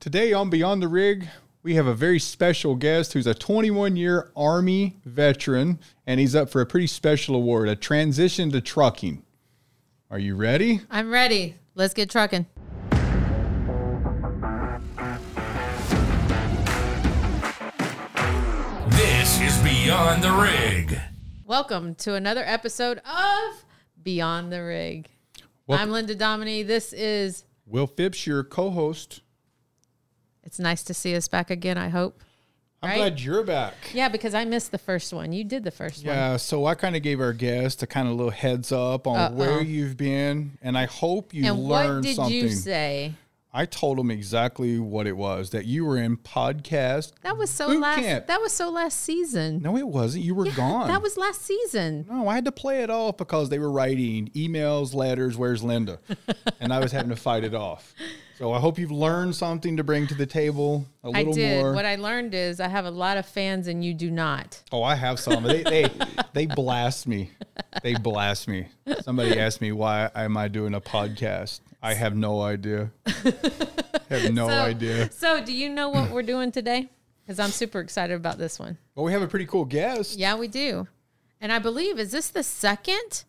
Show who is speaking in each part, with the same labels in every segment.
Speaker 1: Today on Beyond the Rig, we have a very special guest who's a 21 year Army veteran, and he's up for a pretty special award a transition to trucking. Are you ready?
Speaker 2: I'm ready. Let's get trucking.
Speaker 3: This is Beyond the Rig.
Speaker 2: Welcome to another episode of Beyond the Rig.
Speaker 1: Welcome.
Speaker 2: I'm Linda Dominey. This is,
Speaker 1: Will Phipps, your co host.
Speaker 2: it's nice to see us back again, I hope.
Speaker 1: I'm
Speaker 2: Right.
Speaker 1: glad you're back.
Speaker 2: Yeah, because I missed the first one. You did the first one.
Speaker 1: Yeah, so I kind of gave our guest a kind of little heads up on where you've been, and I hope you
Speaker 2: And what
Speaker 1: learned
Speaker 2: did
Speaker 1: something.
Speaker 2: you say?
Speaker 1: I told him exactly what it was that you were in podcast.
Speaker 2: That was so
Speaker 1: boot
Speaker 2: last
Speaker 1: camp.
Speaker 2: that was so last season.
Speaker 1: no, it wasn't. You were gone.
Speaker 2: That was last season.
Speaker 1: No, Oh, I had to play it off because they were writing emails, letters, where's Linda? and I was having to fight it off. So I hope you've learned something to bring to the table a
Speaker 2: I
Speaker 1: little
Speaker 2: did.
Speaker 1: more.
Speaker 2: What I learned is I have a lot of fans and you do not.
Speaker 1: oh, I have some. They, they they blast me. They blast me. Somebody asked me why am I doing a podcast? I have no idea. have no
Speaker 2: so,
Speaker 1: idea.
Speaker 2: So, do you know what we're doing today? Cuz I'm super excited about this one.
Speaker 1: Well, we have a pretty cool guest.
Speaker 2: Yeah, we do. And I believe is this the second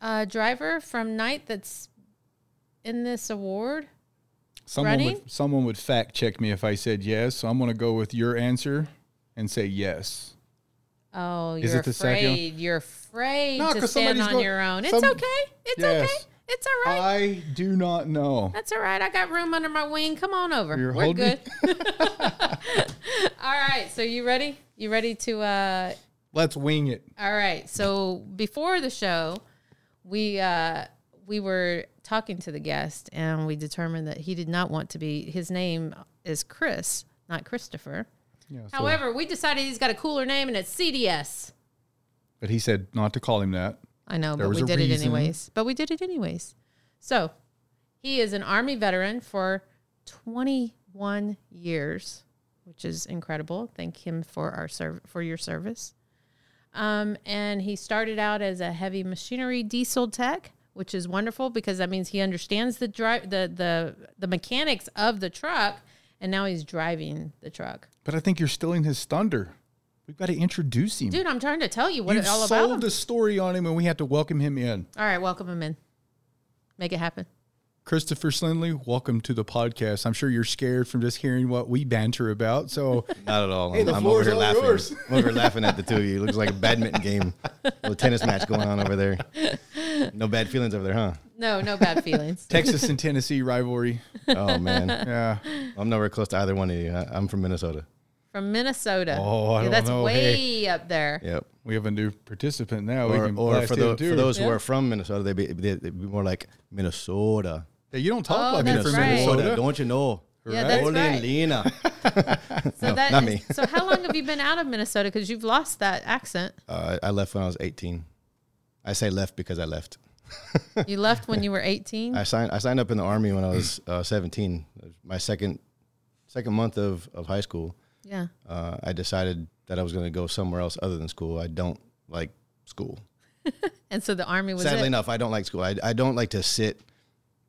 Speaker 2: uh, driver from Night that's in this award?
Speaker 1: Someone
Speaker 2: Running?
Speaker 1: would someone would fact check me if I said yes. So I'm going to go with your answer and say yes.
Speaker 2: Oh,
Speaker 1: Is
Speaker 2: you're
Speaker 1: it the second?
Speaker 2: afraid. You're afraid
Speaker 1: No,
Speaker 2: to
Speaker 1: 'cause
Speaker 2: stand
Speaker 1: somebody's
Speaker 2: on
Speaker 1: going-
Speaker 2: your own. It's
Speaker 1: some-
Speaker 2: okay. It's
Speaker 1: Yes.
Speaker 2: okay. It's all right.
Speaker 1: I do not know.
Speaker 2: that's all right. I got room under my wing. Come on over.
Speaker 1: You're
Speaker 2: We're
Speaker 1: holding-
Speaker 2: good. all right. So you ready? You ready to uh
Speaker 1: Let's wing it.
Speaker 2: All right. So before the show, we uh, we were talking to the guest, and we determined that he did not want to be. His name is Chris, not Christopher.
Speaker 1: Yeah, so-
Speaker 2: However, we decided he's got a cooler name, and it's CDS.
Speaker 1: but he said not to call him that.
Speaker 2: I know,
Speaker 1: There
Speaker 2: but
Speaker 1: was
Speaker 2: we
Speaker 1: a
Speaker 2: did it
Speaker 1: reason.
Speaker 2: anyways. But we did it anyways. So he is an Army veteran for 21 years, which is incredible. Thank him for our serv- for your service. Um, and he started out as a heavy machinery diesel tech, which is wonderful because that means he understands the drive the the the mechanics of the truck, and now he's driving the truck.
Speaker 1: But I think you're stealing his thunder. We've got to introduce him.
Speaker 2: Dude, I'm trying to tell you what
Speaker 1: you
Speaker 2: it's all about.
Speaker 1: sold
Speaker 2: him.
Speaker 1: a story on him, and we have to welcome him in.
Speaker 2: all right, welcome him in. Make it happen.
Speaker 1: Christopher Slinley, welcome to the podcast. I'm sure you're scared from just hearing what we banter about. So
Speaker 4: Not at all.
Speaker 1: Hey,
Speaker 4: I'm,
Speaker 1: the
Speaker 4: I'm
Speaker 1: floor
Speaker 4: over
Speaker 1: is
Speaker 4: here
Speaker 1: all
Speaker 4: laughing.
Speaker 1: yours.
Speaker 4: I'm over here laughing at the two of you. Looks like a badminton game, little tennis match going on over there. No bad feelings over there, huh?
Speaker 2: No, no bad feelings.
Speaker 1: Texas and Tennessee rivalry.
Speaker 4: Oh man,
Speaker 1: Yeah.
Speaker 4: I'm nowhere close to either one of you. I, I'm from Minnesota.
Speaker 2: From Minnesota.
Speaker 1: Oh, I
Speaker 2: Yeah,
Speaker 1: don't
Speaker 2: that's
Speaker 1: know.
Speaker 2: way
Speaker 1: Hey.
Speaker 2: up there.
Speaker 4: Yep.
Speaker 1: We have a new participant now. we
Speaker 4: Or,
Speaker 1: can
Speaker 4: or
Speaker 1: blast
Speaker 4: for,
Speaker 1: him
Speaker 4: tho-
Speaker 1: too.
Speaker 4: for those who
Speaker 2: Yeah.
Speaker 4: are from Minnesota, they'd be, they'd they'd be more like Minnesota.
Speaker 1: Hey, you don't talk
Speaker 2: Oh,
Speaker 1: like you're
Speaker 2: that's
Speaker 1: from
Speaker 2: right.
Speaker 1: Minnesota.
Speaker 4: don't you know?
Speaker 2: Yeah, that's
Speaker 4: Only
Speaker 2: right.
Speaker 4: Lena.
Speaker 2: So that
Speaker 4: not
Speaker 2: is-
Speaker 4: me.
Speaker 2: so how long have you been out of Minnesota? Because you've lost that accent.
Speaker 4: Uh, I left when I was 18. I say left because I left.
Speaker 2: You left when you were 18.
Speaker 4: I signed I signed up in the army when I was uh, 17. It was My second second month of, of high school.
Speaker 2: Yeah.
Speaker 4: uh, I decided that I was going to go somewhere else other than school. I don't like school.
Speaker 2: And so the army was
Speaker 4: Sadly
Speaker 2: it.
Speaker 4: enough, I don't like school. I, I don't like to sit,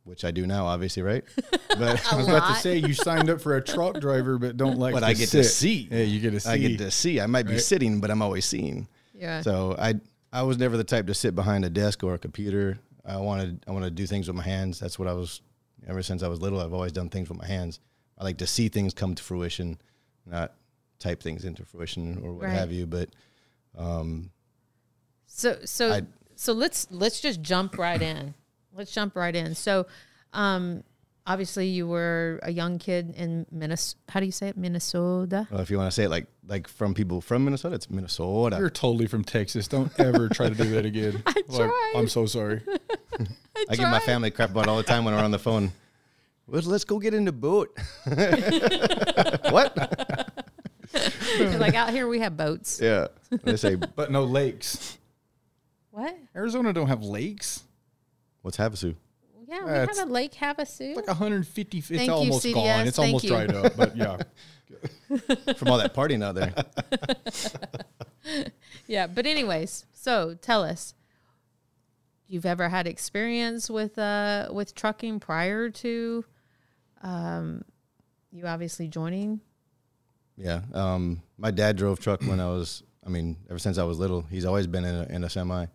Speaker 4: which I do now, obviously, right? But
Speaker 1: I was about to
Speaker 2: lot.
Speaker 1: say you signed up for a truck driver, but don't like.
Speaker 4: But
Speaker 1: to
Speaker 4: I get
Speaker 1: sit.
Speaker 4: to see.
Speaker 1: Yeah, you get to see.
Speaker 4: I get to see. I might be sitting, but I'm always seeing.
Speaker 2: Yeah.
Speaker 4: So I I was never the type to sit behind a desk or a computer. I wanted I wanted to do things with my hands. That's what I was ever since I was little. I've always done things with my hands. I like to see things come to fruition, not type things into fruition or what
Speaker 2: Right.
Speaker 4: have you. But
Speaker 2: So so
Speaker 4: I-
Speaker 2: so let's let's just jump right in. Let's jump right in. So, um, obviously you were a young kid in Minnesota. How do you say it? Minnesota.
Speaker 4: uh, if you want to say it like like from people from Minnesota, it's Minnesota.
Speaker 1: You're totally from Texas. Don't ever try to do that again. I
Speaker 2: tried.
Speaker 1: I'm so sorry.
Speaker 4: I give my
Speaker 2: Try.
Speaker 4: family crap about it all the time when we're on the phone. Well, let's go get in the boat. what?
Speaker 2: 'Cause, like out here we have boats.
Speaker 4: Yeah. They say,
Speaker 1: But no lakes.
Speaker 2: What?
Speaker 1: Arizona don't have lakes.
Speaker 4: what's Havasu?
Speaker 2: Yeah, we
Speaker 1: That's-
Speaker 2: have a Lake Havasu.
Speaker 1: Like 150 feet. It's
Speaker 2: Thank you,
Speaker 1: almost gone.
Speaker 2: CDS.
Speaker 1: It's
Speaker 2: Thank
Speaker 1: almost
Speaker 2: you.
Speaker 1: dried up. But yeah.
Speaker 4: From all that partying out there.
Speaker 2: Yeah, but anyways, so tell us, you've ever had experience with uh with trucking prior to, um, you obviously joining.
Speaker 4: Yeah. Um, my dad drove truck when I was, I mean, ever since I was little, he's always been in a, in a semi.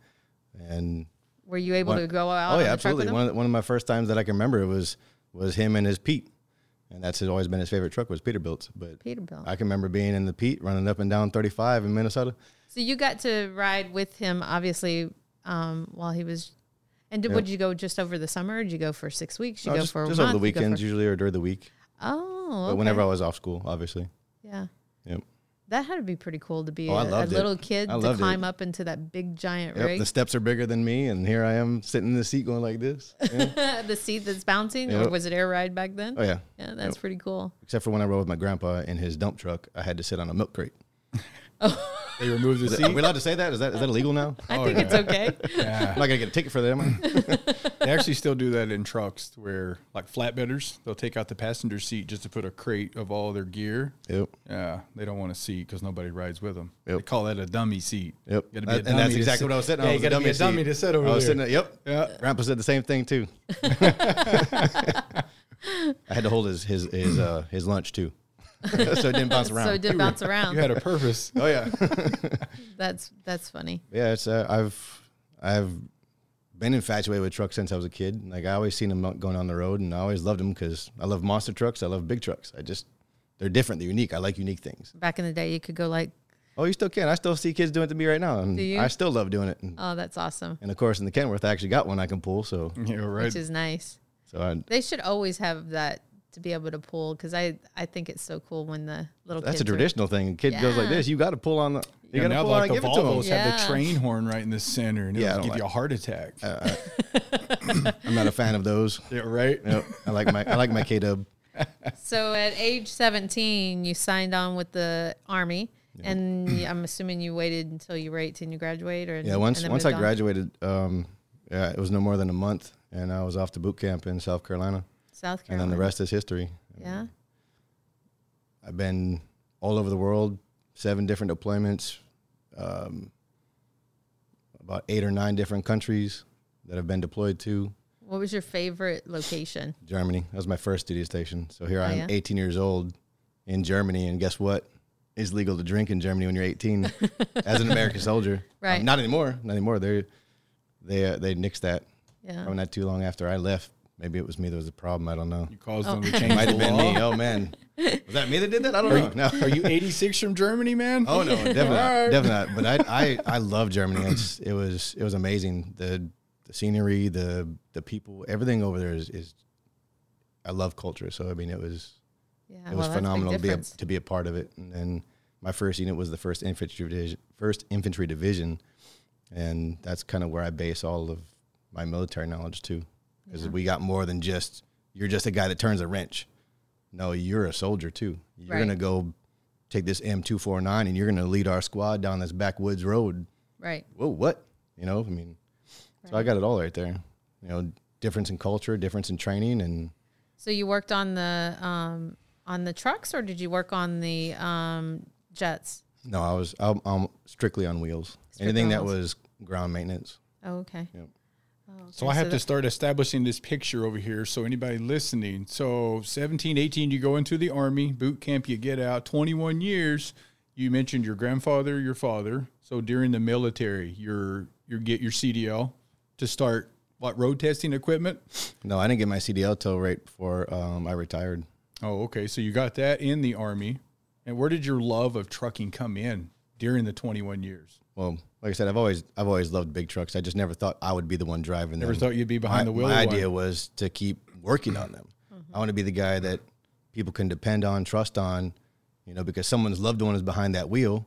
Speaker 4: And
Speaker 2: Were you able to
Speaker 4: One-
Speaker 2: go out?
Speaker 4: oh
Speaker 2: on
Speaker 4: yeah,
Speaker 2: the truck with
Speaker 4: absolutely.
Speaker 2: him?
Speaker 4: One of, the, one of my first times that I can remember was was him and his Pete, and that's his, always been his favorite truck was Peterbilt. But
Speaker 2: Peterbilt.
Speaker 4: I can remember being in the Pete running up and down 35 in Minnesota.
Speaker 2: So you got to ride with him, obviously, um, while he was. And did, would you go just over the summer? Or did you go for six weeks? You
Speaker 4: No,
Speaker 2: go
Speaker 4: just
Speaker 2: for a
Speaker 4: just
Speaker 2: month,
Speaker 4: over the
Speaker 2: You go for-
Speaker 4: weekends usually or during the week.
Speaker 2: Oh,
Speaker 4: But
Speaker 2: okay.
Speaker 4: whenever I was off school, obviously.
Speaker 2: yeah,
Speaker 4: Yep.
Speaker 2: that had to be pretty cool to be
Speaker 4: Oh, I
Speaker 2: a, a
Speaker 4: loved it.
Speaker 2: little kid
Speaker 4: I
Speaker 2: to
Speaker 4: loved it.
Speaker 2: climb up into that big giant
Speaker 4: Yep,
Speaker 2: rig,
Speaker 4: the steps are bigger than me, and here I am sitting in the seat going like this. Yeah.
Speaker 2: the, seat that's bouncing, or
Speaker 4: Yep.
Speaker 2: was it air ride back then?
Speaker 4: oh yeah, Oh,
Speaker 2: Yeah, that's pretty cool.
Speaker 4: except for when I rode with my grandpa in his dump truck, I had to sit on a milk crate.
Speaker 1: They removed the
Speaker 4: Is that, are
Speaker 1: seat.
Speaker 4: we allowed to say that? Is that is that illegal now?
Speaker 2: I think it's okay.
Speaker 1: Yeah.
Speaker 4: I'm not gonna get a ticket for that. Am I?
Speaker 1: They actually still do that in trucks where, like flatbedders, they'll take out the passenger seat just to put a crate of all their gear.
Speaker 4: yep.
Speaker 1: Yeah, they don't want to seat because nobody rides with them. They
Speaker 4: Yep.
Speaker 1: call that a dummy seat.
Speaker 4: Yep.
Speaker 1: Gotta be a
Speaker 4: That- and
Speaker 1: dummy
Speaker 4: that's
Speaker 1: to
Speaker 4: exactly
Speaker 1: sit-
Speaker 4: what I was sitting
Speaker 1: Yeah,
Speaker 4: on.
Speaker 1: you
Speaker 4: was
Speaker 1: gotta be a
Speaker 4: seat.
Speaker 1: dummy to sit over
Speaker 4: I was
Speaker 1: there.
Speaker 4: sitting at- yep.
Speaker 1: Yeah.
Speaker 4: Grandpa said the same thing too. I had to hold his his his uh his lunch too. so it didn't bounce around.
Speaker 2: so it did bounce around.
Speaker 1: You had a purpose.
Speaker 4: oh yeah.
Speaker 2: that's that's funny.
Speaker 4: yeah, it's uh, I've I've been infatuated with trucks since I was a kid. Like I always seen them out going on the road and I always loved them cuz I love monster trucks, I love big trucks. I just they're different, they're unique. I like unique things.
Speaker 2: Back in the day, you could go like,
Speaker 4: Oh, you still can. I still see kids doing it to me right now and
Speaker 2: Do you?
Speaker 4: I still love doing it. And,
Speaker 2: "Oh, that's awesome,"
Speaker 4: and of course in the Kenworth I actually got one I can pull, so
Speaker 1: Yeah, right.
Speaker 2: which is nice.
Speaker 4: so I
Speaker 2: They should always have that to be able to pull because I I think it's so cool when the little
Speaker 4: That's a
Speaker 2: kids are-
Speaker 4: traditional thing. A kid goes like
Speaker 2: Yeah.
Speaker 4: this. You got to pull on the. You
Speaker 1: Yeah,
Speaker 4: got to
Speaker 1: now
Speaker 4: pull on
Speaker 1: like
Speaker 4: and
Speaker 1: the
Speaker 4: give it to
Speaker 1: Volvos
Speaker 4: him.
Speaker 1: have
Speaker 2: Yeah.
Speaker 1: the train horn right in the center, and it'll
Speaker 4: Yeah, I don't
Speaker 1: give
Speaker 4: like-
Speaker 1: you a heart attack.
Speaker 4: I'm not a fan of those.
Speaker 1: yeah, right.
Speaker 4: Nope. I like my I like my K Dub.
Speaker 2: So at age seventeen, you signed on with the army, and y- I'm assuming you waited until you were eighteen to graduate, or
Speaker 4: Yeah. Once
Speaker 2: and then
Speaker 4: once I
Speaker 2: moved on?
Speaker 4: graduated, um, yeah, it was no more than a month, and I was off to boot camp in South Carolina,
Speaker 2: South
Speaker 4: and
Speaker 2: Carolina.
Speaker 4: then the rest is history.
Speaker 2: Yeah.
Speaker 4: I've been all over the world, seven different deployments, um, about eight or nine different countries that I've been deployed to.
Speaker 2: What was your favorite location?
Speaker 4: Germany. That was my first duty station. So here I am,
Speaker 2: Oh, yeah?
Speaker 4: 18 years old in Germany. And guess what? It's legal to drink in Germany when you're 18 as an American soldier.
Speaker 2: Right.
Speaker 4: Um, not anymore. Not anymore. They they uh, they nixed that.
Speaker 2: Yeah.
Speaker 4: Probably not too long after I left. Maybe it was me that was the problem. I don't know.
Speaker 1: You caused them to change
Speaker 4: Might
Speaker 1: the
Speaker 4: have been
Speaker 1: law.
Speaker 4: me. Oh man. Was that me that did that? I don't know. No.
Speaker 1: Are you 86 from Germany, man?
Speaker 4: Oh no, definitely,
Speaker 1: All right.
Speaker 4: not, definitely not. But I, I, I love Germany. It's, it was, it was amazing. The, the scenery, the, the people, everything over there is, is, I love culture. So I mean, it was,
Speaker 2: Yeah.
Speaker 4: it was
Speaker 2: Ah, well, that's a big
Speaker 4: phenomenal to be a,
Speaker 2: difference.
Speaker 4: to be a part of it. And then my first unit was the first infantry division, first infantry division, and that's kind of where I base all of my military knowledge too, because we got more than just you're just a guy that turns a wrench. No, you're a soldier too. You're
Speaker 2: Right.
Speaker 4: gonna go take this M249 and you're gonna lead our squad down this backwoods road
Speaker 2: Right.
Speaker 4: whoa, what? You know, I mean, so I got it all right there. You know, difference in culture, difference in training, and
Speaker 2: So you worked on the um on the trucks, or did you work on the um jets?
Speaker 4: No, I was I'm, I'm strictly on wheels. Anything
Speaker 2: on
Speaker 4: that
Speaker 2: wheels.
Speaker 4: was ground maintenance.
Speaker 2: Oh, okay.
Speaker 4: Yep.
Speaker 1: So I
Speaker 2: Okay,
Speaker 1: have
Speaker 2: so
Speaker 1: to start establishing this picture over here. So anybody listening, so 17, 18, you go into the army, boot camp, you get out, 21 years. You mentioned your grandfather, your father. So during the military, you're you get your CDL to start what road testing equipment.
Speaker 4: No, I didn't get my CDL till right before um, I retired.
Speaker 1: Oh, okay. So you got that in the army. And where did your love of trucking come in during the 21 years?
Speaker 4: Well, like I said, I've always I've always loved big trucks. I just never thought I would be the one driving them.
Speaker 1: Never thought you'd be
Speaker 4: Um, my,
Speaker 1: behind the wheel.
Speaker 4: my
Speaker 1: of one.
Speaker 4: idea was to keep working on them. I want to be the guy that people can depend on, trust on, you know, because someone's loved one is behind that wheel.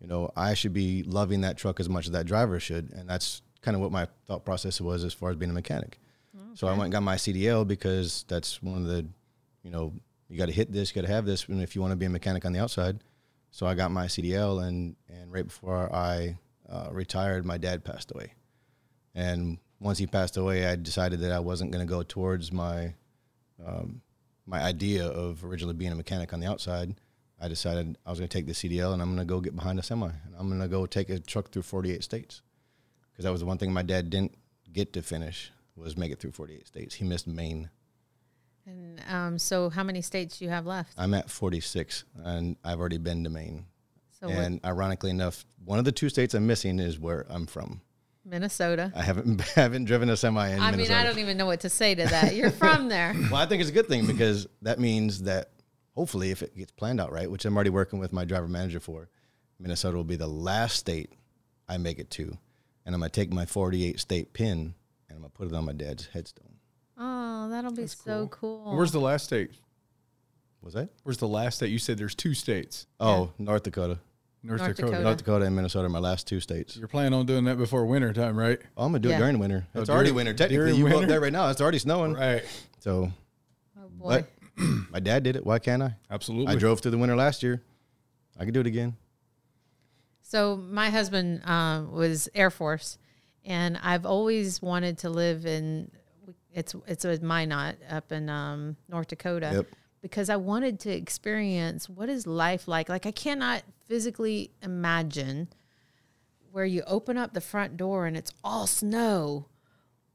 Speaker 4: You know, I should be loving that truck as much as that driver should, and that's kind of what my thought process was as far as being a mechanic. So I went and got my CDL because that's one of the, you know, you got to hit this, you got to have this, and if you want to be a mechanic on the outside. So I got my CDL, and and right before I uh, retired, my dad passed away. And once he passed away, I decided that I wasn't going to go towards my um, my idea of originally being a mechanic on the outside. I decided I was going to take the CDL and I'm going to go get behind a semi and I'm going to go take a truck through 48 states because that was the one thing my dad didn't get to finish was make it through 48 states. He missed Maine.
Speaker 2: And um, so, how many states do you have left?
Speaker 4: I'm at 46, and I've already been to Maine.
Speaker 2: So, what-
Speaker 4: and ironically enough, one of the two states I'm missing is where I'm from.
Speaker 2: Minnesota.
Speaker 4: I haven't haven't driven a semi in
Speaker 2: I mean,
Speaker 4: Minnesota.
Speaker 2: I don't even know what to say to that. You're from there.
Speaker 4: Well, I think it's a good thing because that means that hopefully, if it gets planned out right, which I'm already working with my driver manager for, Minnesota will be the last state I make it to, and I'm gonna take my 48 state pin and I'm gonna put it on my dad's headstone.
Speaker 2: Oh, that'll be so cool.
Speaker 1: Where's the last state?
Speaker 4: Was that?
Speaker 1: Where's the last state? You said there's two states,
Speaker 4: Oh, North Dakota,
Speaker 1: North,
Speaker 2: North
Speaker 1: Dakota.
Speaker 2: Dakota.
Speaker 4: North Dakota, and Minnesota are my last two states.
Speaker 1: You're planning on doing that before winter time, right?
Speaker 4: Oh, I'm gonna do
Speaker 2: Yeah.
Speaker 4: it during winter. It's
Speaker 1: during-
Speaker 4: already winter technically.
Speaker 1: during
Speaker 4: You go
Speaker 1: winter?
Speaker 4: up there right now. It's already snowing.
Speaker 1: Right.
Speaker 4: So,
Speaker 2: oh boy.
Speaker 4: but my dad did it. Why can't I?
Speaker 1: Absolutely.
Speaker 4: I drove through the winter last year. I could do it again.
Speaker 2: So my husband um, was Air Force, and I've always wanted to live in it's it's a Minot up in um, North Dakota
Speaker 4: Yep.
Speaker 2: because I wanted to experience what is life like. Like I cannot physically imagine where you open up the front door and it's all snow.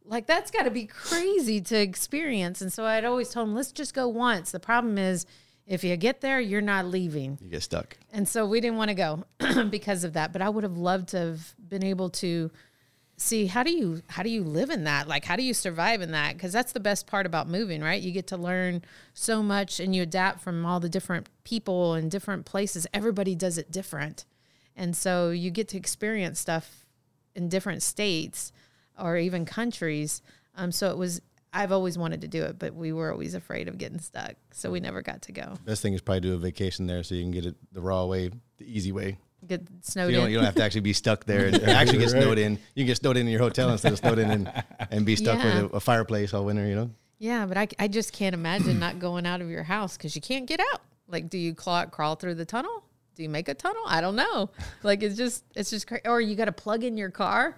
Speaker 2: Like that's got to be crazy to experience. And so I'd always told him, let's just go once. The problem is, if you get there, you're not leaving.
Speaker 4: You get stuck.
Speaker 2: And so we didn't want to go because of that. But I would have loved to have been able to see how do you how do you live in that? Like how do you survive in that? Because that's the best part about moving, right? You get to learn so much and you adapt from all the different people and different places. Everybody does it different. And so you get to experience stuff in different states or even countries. Um, so it was I've always wanted to do it, but we were always afraid of getting stuck. So we never got to go.
Speaker 4: Best thing is probably do a vacation there so you can get it the raw way, the easy way.
Speaker 2: Get snowed
Speaker 4: You
Speaker 2: in.
Speaker 4: don't, you don't have to actually be stuck there and actually get snowed in. You can get snowed in, in your hotel instead of snowed in and, and be stuck
Speaker 2: Yeah.
Speaker 4: with a, a fireplace all winter, you know?
Speaker 2: Yeah, but I, I just can't imagine not going out of your house because you can't get out. Like, do you claw, crawl through the tunnel? Do you make a tunnel? I don't know. Like, it's just, it's just crazy. Or you got to plug in your car.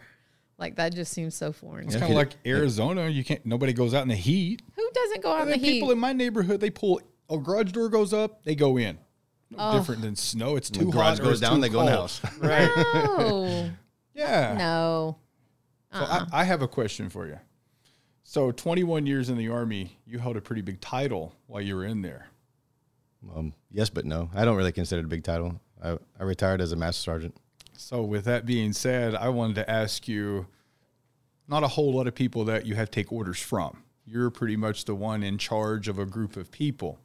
Speaker 2: Like, that just seems so foreign.
Speaker 1: it's kind of like Arizona. You can't. Nobody goes out in the heat.
Speaker 2: Who doesn't go out in
Speaker 1: The
Speaker 2: the heat?
Speaker 1: people in my neighborhood, they pull a garage door goes up, they go in. No
Speaker 2: Oh.
Speaker 1: different than snow. It's too hot.
Speaker 4: garage
Speaker 1: or
Speaker 4: goes
Speaker 1: it's
Speaker 4: down,
Speaker 1: too
Speaker 4: they go in the
Speaker 1: cold.
Speaker 4: house.
Speaker 1: Right.
Speaker 2: no.
Speaker 1: yeah.
Speaker 2: No.
Speaker 1: So I, I have a question for you. So, 21 years in the army, you held a pretty big title while you were in there.
Speaker 4: Um, yes, but no. I don't really consider it a big title. I, I retired as a master sergeant.
Speaker 1: So, with that being said, I wanted to ask you not a whole lot of people that you have to take orders from. You're pretty much the one in charge of a group of people.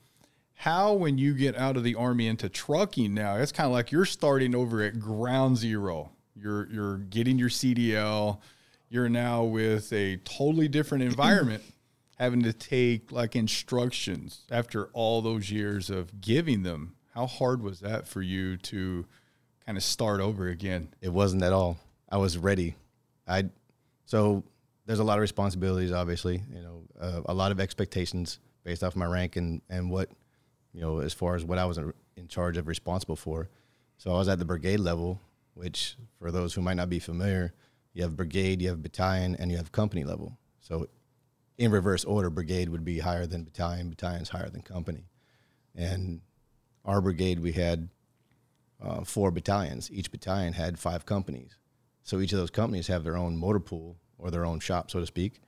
Speaker 1: How, when you get out of the army into trucking now, it's kind of like you're starting over at ground zero. You're, you're getting your CDL. You're now with a totally different environment, having to take like instructions after all those years of giving them. How hard was that for you to kind of start over again?
Speaker 4: It wasn't at all. I was ready. I so there's a lot of responsibilities, obviously. You know, uh, a lot of expectations based off my rank and and what you know as far as what I was in- in charge of, responsible for. So I was at the brigade level, which for those who might not be familiar, you have brigade, you have battalion, and you have company level. So in reverse order, brigade would be higher than battalion, battalion's higher than company, and our brigade we had uh, four battalions. Each battalion had five companies. So each of those companies have their own motor pool or their own shop, so to speak.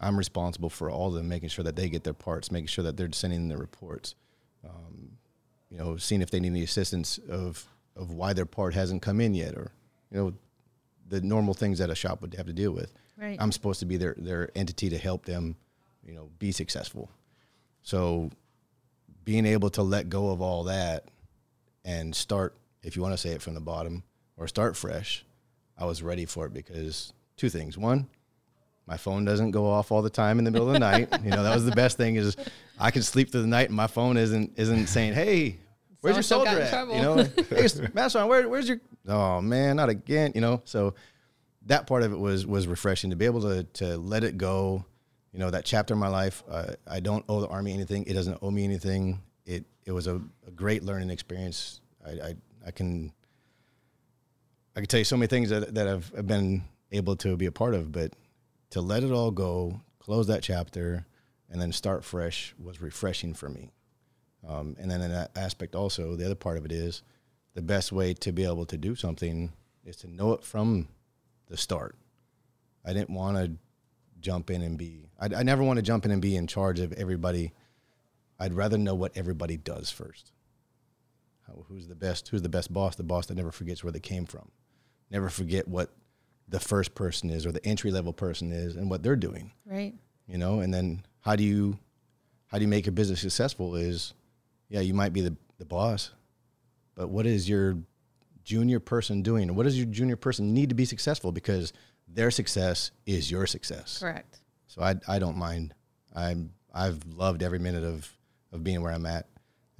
Speaker 4: I'm responsible for all of them, making sure that they get their parts, making sure that they're sending their reports, um, you know, seeing if they need any assistance of, of why their part hasn't come in yet or, you know, the normal things that a shop would have to deal with.
Speaker 2: Right.
Speaker 4: I'm supposed to be their, their entity to help them, you know, be successful. So being able to let go of all that and start, if you want to say it from the bottom or start fresh, I was ready for it because two things. One, my phone doesn't go off all the time in the middle of the night. You know, that was the best thing is I can sleep through the night and my phone isn't isn't saying, "Hey, where's your
Speaker 2: So-and-so
Speaker 4: soldier at?"
Speaker 2: got in
Speaker 4: You know, "Hey, Master, where, where's your Oh man, not again, you know. So that part of it was was refreshing to be able to to let it go. You know, that chapter in my life, uh, I don't owe the army anything. It doesn't owe me anything. It it was a, a great learning experience. I, I I can I can tell you so many things that, that I've, I've been able to be a part of, but to let it all go, close that chapter, and then start fresh was refreshing for me. Um, and then in that aspect, also, the other part of it is the best way to be able to do something is to know it from the start. I didn't want to jump in and be, I, I never want to jump in and be in charge of everybody I'd rather know what everybody does first. How, who's the best? Who's the best boss? The boss that never forgets where they came from, never forget what the first person is or the entry level person is and what they're doing.
Speaker 2: Right.
Speaker 4: You know, and then how do you how do you make a business successful? Is yeah, you might be the, the boss, but what is your junior person doing? And What does your junior person need to be successful? Because their success is your success.
Speaker 2: Correct.
Speaker 4: So I I don't mind. I'm I've loved every minute of of being where I'm at,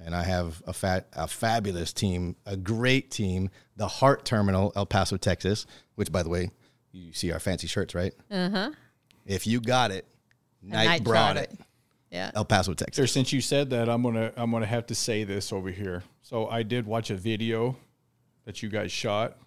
Speaker 4: and I have a fat a fabulous team, a great team, the Heart Terminal, El Paso, Texas. Which, by the way, you see our fancy shirts, right? Uh huh. If you got it, Knight,
Speaker 2: Uh-huh. Knight
Speaker 4: brought,
Speaker 2: brought
Speaker 4: it.
Speaker 2: it. Yeah.
Speaker 4: El Paso, Texas.
Speaker 1: Sure, since you said that, I'm gonna I'm gonna have to say this over here. So I did watch a video that you guys shot.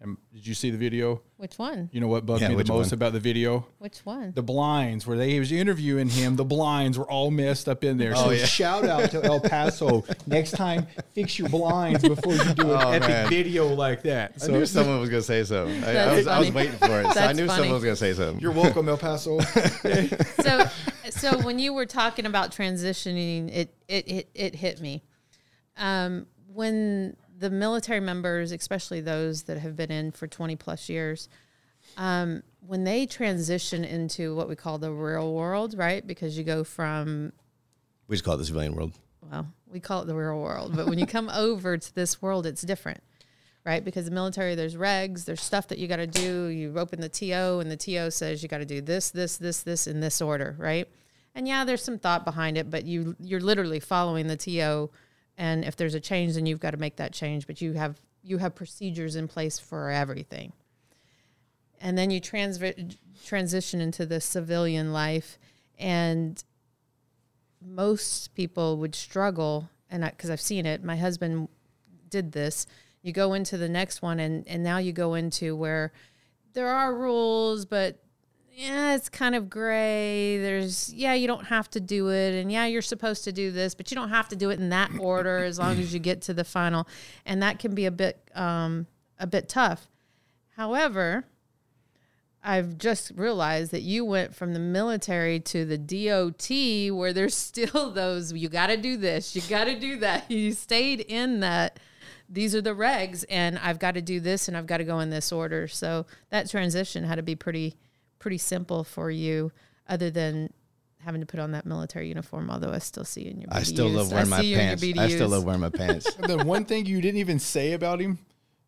Speaker 1: And did you see the video?
Speaker 2: Which one?
Speaker 1: You know what bugged
Speaker 4: Yeah,
Speaker 1: me the
Speaker 4: which
Speaker 1: most
Speaker 4: one?
Speaker 1: about the video?
Speaker 2: Which one?
Speaker 1: The blinds where they he was interviewing him, the blinds were all messed up in
Speaker 4: Oh,
Speaker 1: there. So shout out to El Paso. Next time, fix your blinds before you do an epic
Speaker 4: Oh, man.
Speaker 1: video like that.
Speaker 4: I knew
Speaker 1: So
Speaker 4: someone was gonna say so. I, I
Speaker 2: That's
Speaker 4: was, I was
Speaker 2: funny.
Speaker 4: waiting for it. So I
Speaker 2: That's
Speaker 4: knew
Speaker 2: funny.
Speaker 4: someone was gonna say so.
Speaker 1: you're welcome, El Paso.
Speaker 2: so so when you were talking about transitioning it it it, it hit me um, when the military members especially those that have been in for 20 plus years um, when they transition into what we call the real world right because you go from
Speaker 4: We just call it the civilian world.
Speaker 2: well, we call it the real world, but when you come over to this world, it's different, right? Because the military, there's regs, there's stuff that you got to do. You open the TO, and the TO says you got to do this, this, this, this in this order, right? And yeah, there's some thought behind it, but you you're literally following the TO, and if there's a change, then you've got to make that change. But you have you have procedures in place for everything and then you transfer, transition into the civilian life and most people would struggle and because i've seen it my husband did this you go into the next one and, and now you go into where there are rules but yeah it's kind of gray there's yeah you don't have to do it and yeah you're supposed to do this but you don't have to do it in that order as long as you get to the final and that can be a bit um, a bit tough however I've just realized that you went from the military to the DOT where there's still those you got to do this, you got to do that. You stayed in that these are the regs and I've got to do this and I've got to go in this order. So that transition had to be pretty pretty simple for you other than having to put on that military uniform although I still see you in your BDUs.
Speaker 4: I still love wearing my
Speaker 2: see you in your
Speaker 4: pants. I still
Speaker 2: BDUs.
Speaker 4: love wearing my pants.
Speaker 1: the one thing you didn't even say about him,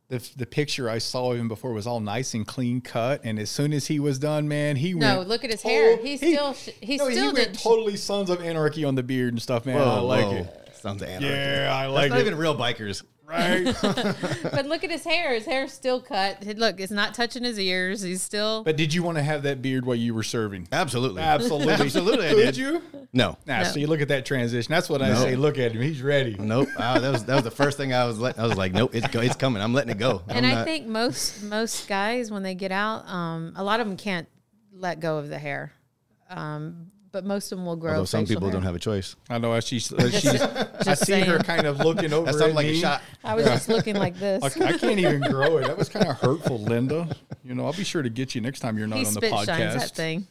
Speaker 1: the, the picture I saw of him before was all nice and clean cut. And as soon as he was done, man, he
Speaker 2: No,
Speaker 1: went.
Speaker 2: look at his hair.
Speaker 1: tot-
Speaker 2: He still sh- he
Speaker 1: Oh, no,
Speaker 2: still
Speaker 1: he went
Speaker 2: did
Speaker 1: totally Sons of Anarchy on the beard and stuff, man. Oh, I
Speaker 4: Whoa,
Speaker 1: like
Speaker 4: whoa.
Speaker 1: it.
Speaker 4: Sounds anarchy.
Speaker 1: Yeah, I
Speaker 4: That's
Speaker 1: like
Speaker 4: not
Speaker 1: it.
Speaker 4: even real bikers.
Speaker 1: right.
Speaker 2: But look at his hair. His hair's still cut. He- Look, it's not touching his ears. He's still.
Speaker 1: but did you want to have that beard while you were serving?
Speaker 4: Absolutely.
Speaker 1: Absolutely.
Speaker 4: Absolutely, I
Speaker 1: Did
Speaker 4: did.
Speaker 1: you?
Speaker 4: No.
Speaker 1: Nah,
Speaker 2: No.
Speaker 1: so you look at that transition. That's what I
Speaker 4: No.
Speaker 1: say. Look at him. He's ready.
Speaker 4: Nope. Ah, that was that was the first thing I was let, I was like, nope, it's go, it's coming. I'm letting it go. I'm
Speaker 2: and I
Speaker 4: not-
Speaker 2: think most most guys when they get out, um, a lot of them can't let go of the hair, um, but most of them will grow.
Speaker 4: although some
Speaker 2: facial
Speaker 4: people
Speaker 2: hair.
Speaker 4: don't have a choice.
Speaker 1: I know. As she's, as she's, I
Speaker 2: just
Speaker 1: see her
Speaker 2: saying.
Speaker 1: kind of looking over.
Speaker 4: That
Speaker 1: at
Speaker 4: sounded like a
Speaker 1: me.
Speaker 4: shot.
Speaker 2: I was just looking like this.
Speaker 1: Like, I can't even grow it. That was kind of hurtful, Linda. You know, I'll be sure to get you next time you're not
Speaker 2: he
Speaker 1: on the
Speaker 2: spit shines that
Speaker 1: podcast.
Speaker 2: thing.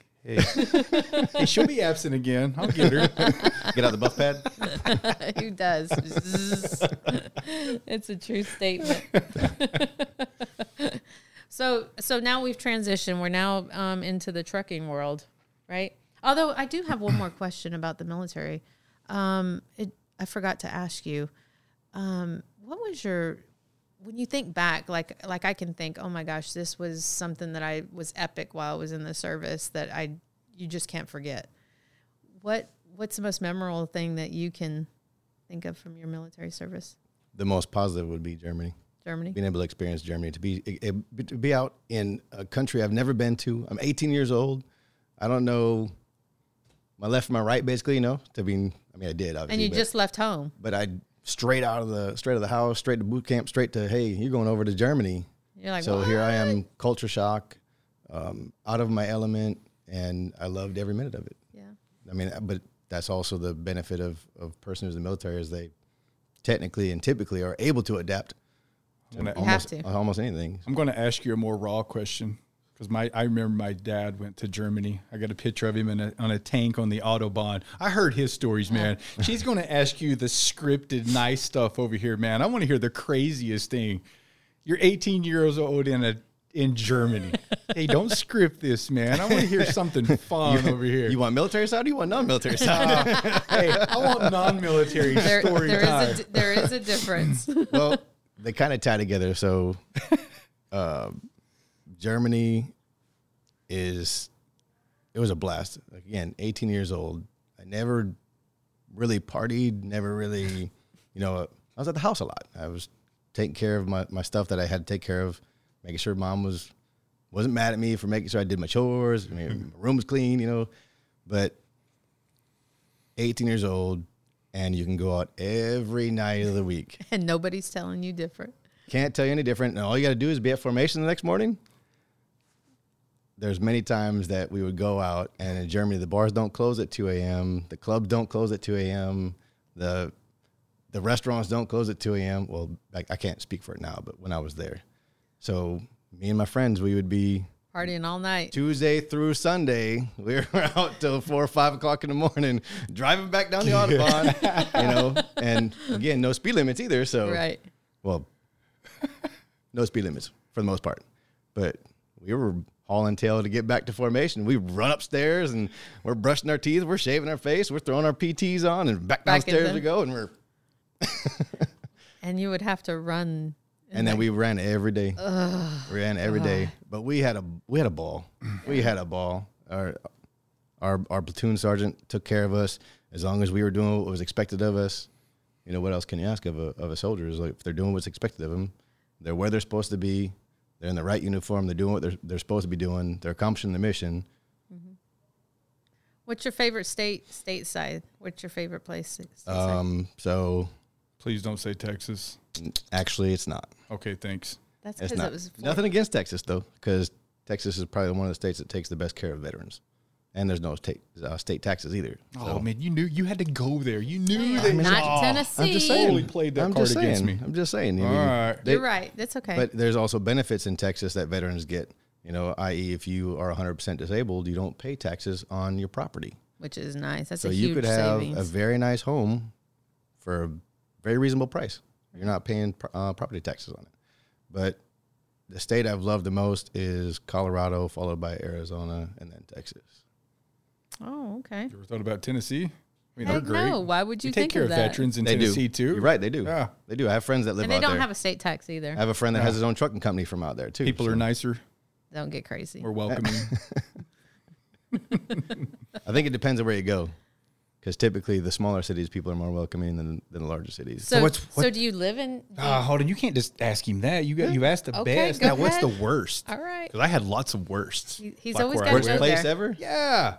Speaker 1: Hey, she'll be absent again. I'll get her.
Speaker 4: Get out the buff pad.
Speaker 2: Who does? Zzz. it's a true statement. so so now we've transitioned. We're now um, into the trucking world, right? Although I do have one more question about the military. Um, it, I forgot to ask you. Um, what was your when you think back, like like I can think, oh my gosh, this was something that I was epic while I was in the service that I you just can't forget what what's the most memorable thing that you can think of from your military service
Speaker 4: The most positive would be Germany.
Speaker 2: germany
Speaker 4: Being able to experience Germany, to be it- to be out in a country I've never been to. I'm 18 years old. I don't know my left and my right, basically. You know, to be. I mean, I did obviously.
Speaker 2: and you
Speaker 4: but-
Speaker 2: just left home
Speaker 4: but I straight out of the straight out of the house, straight to boot camp, straight to hey, you're going over to Germany.
Speaker 2: You're like,
Speaker 4: so here I am, culture shock, um, out of my element, and I loved every minute of it.
Speaker 2: yeah
Speaker 4: I mean, but that's also the benefit of of person who's in the military is they technically and typically are able to adapt
Speaker 1: I'm gonna-
Speaker 2: have
Speaker 4: almost
Speaker 2: to.
Speaker 4: almost anything.
Speaker 1: I'm going to ask you a more raw question because Because my, I remember my dad went to Germany. I got a picture of him in a, on a tank on the autobahn. I heard his stories, man. She's going to ask you the scripted, nice stuff over here, man. I want to hear the craziest thing. You're 18 years old in a in Germany. hey, don't script this, man. I want to hear something fun over here.
Speaker 4: You want military style? Or you want non-military style?
Speaker 1: hey, I want non-military
Speaker 2: There,
Speaker 1: story
Speaker 2: there
Speaker 1: time.
Speaker 2: is a, di- there is a difference.
Speaker 4: well, they kind of tie together. So, uh, Germany is it was a blast. Again, 18 years old. I never really partied. Never really, you know, I was at the house a lot. I was taking care of my, my stuff that I had to take care of, making sure mom was wasn't mad at me for making sure I did my chores. I mean, my room was clean, you know, but 18 years old. And you can go out every night of the week.
Speaker 2: and nobody's telling you different.
Speaker 4: Can't tell you any different. And all you got to do is be at formation the next morning. There's many times that we would go out, and in Germany, the bars don't close at 2 a.m., the clubs don't close at 2 a.m., the the restaurants don't close at 2 a.m. Well, I, I can't speak for it now, but when I was there, so me and my friends, we would be
Speaker 2: Partying all night.
Speaker 4: Tuesday through Sunday, we were out till four or five o'clock in the morning, driving back down the autobahn, you know, and again, no speed limits either. So
Speaker 2: Right.
Speaker 4: well, no speed limits for the most part, but we were hauling tail to get back to formation. We run upstairs and we're brushing our teeth, we're shaving our face, we're throwing our PTs on, and back
Speaker 2: Back
Speaker 4: downstairs
Speaker 2: into-
Speaker 4: we go, and we're
Speaker 2: And you would have to run.
Speaker 4: and then we ran every day, ran every day. But we had a we had a ball, we had a ball. Our our our platoon sergeant took care of us as long as we were doing what was expected of us. You know what else can you ask of a of a soldier? Is like if they're doing what's expected of them, they're where they're supposed to be, they're in the right uniform, they're doing what they're they're supposed to be doing, they're accomplishing the mission.
Speaker 2: What's your favorite state, stateside? What's your favorite place? stateside?
Speaker 4: Um, so
Speaker 1: Please don't say Texas.
Speaker 4: actually, it's not.
Speaker 1: Okay, thanks.
Speaker 2: That's
Speaker 4: It's
Speaker 2: because
Speaker 4: not
Speaker 2: it was Florida.
Speaker 4: nothing against Texas though, because Texas is probably one of the states that takes the best care of veterans, and there's no state uh, state taxes either.
Speaker 1: Oh man, you knew you had to go there. You knew that.
Speaker 2: Not Tennessee.
Speaker 4: I'm just saying.
Speaker 1: Totally played that
Speaker 4: I'm
Speaker 1: card
Speaker 4: just
Speaker 1: against
Speaker 4: saying,
Speaker 1: me.
Speaker 4: I'm just saying. I
Speaker 1: All
Speaker 4: mean,
Speaker 1: right.
Speaker 4: they-
Speaker 2: You're right. That's okay.
Speaker 4: But there's also benefits in Texas that veterans get. You know, i.e., if you are 100% disabled, you don't pay taxes on your property.
Speaker 2: which is nice. That's
Speaker 4: So
Speaker 2: a
Speaker 4: you
Speaker 2: huge
Speaker 4: could have
Speaker 2: savings.
Speaker 4: a very nice home for a very reasonable price. You're not paying pro- uh, property taxes on it. But the state I've loved the most is Colorado, followed by Arizona, and then Texas.
Speaker 2: oh, okay.
Speaker 1: You ever thought about Tennessee? I mean,
Speaker 2: Heck no. Why would
Speaker 1: We
Speaker 2: you
Speaker 1: take
Speaker 2: think
Speaker 1: care
Speaker 2: of
Speaker 1: of,
Speaker 2: that?
Speaker 1: veterans in
Speaker 4: They
Speaker 1: Tennessee
Speaker 4: do.
Speaker 1: too.
Speaker 4: You're right. They do.
Speaker 1: Yeah.
Speaker 4: They do. I have friends that live
Speaker 2: And
Speaker 4: out
Speaker 2: they don't
Speaker 4: there.
Speaker 2: have a state tax either.
Speaker 4: I have a friend that has his own trucking company from out there too.
Speaker 1: People
Speaker 4: so.
Speaker 1: are nicer.
Speaker 2: don't get crazy.
Speaker 1: We're welcoming.
Speaker 4: I think it depends on where you go, because typically the smaller cities people are more welcoming than, than the larger cities.
Speaker 2: So,
Speaker 1: what's-
Speaker 2: so
Speaker 1: what-
Speaker 2: do you live in?
Speaker 1: Ah, hold on. You can't just ask him that. You got you asked the
Speaker 2: Okay,
Speaker 1: best.
Speaker 2: go
Speaker 1: Now, what's the
Speaker 2: ahead.
Speaker 1: worst?
Speaker 2: All right.
Speaker 1: Because I had lots of worsts.
Speaker 2: He- he's
Speaker 1: Like
Speaker 2: always
Speaker 1: where I
Speaker 2: got
Speaker 1: work.
Speaker 2: to know
Speaker 4: place
Speaker 2: there
Speaker 4: ever?
Speaker 1: Yeah.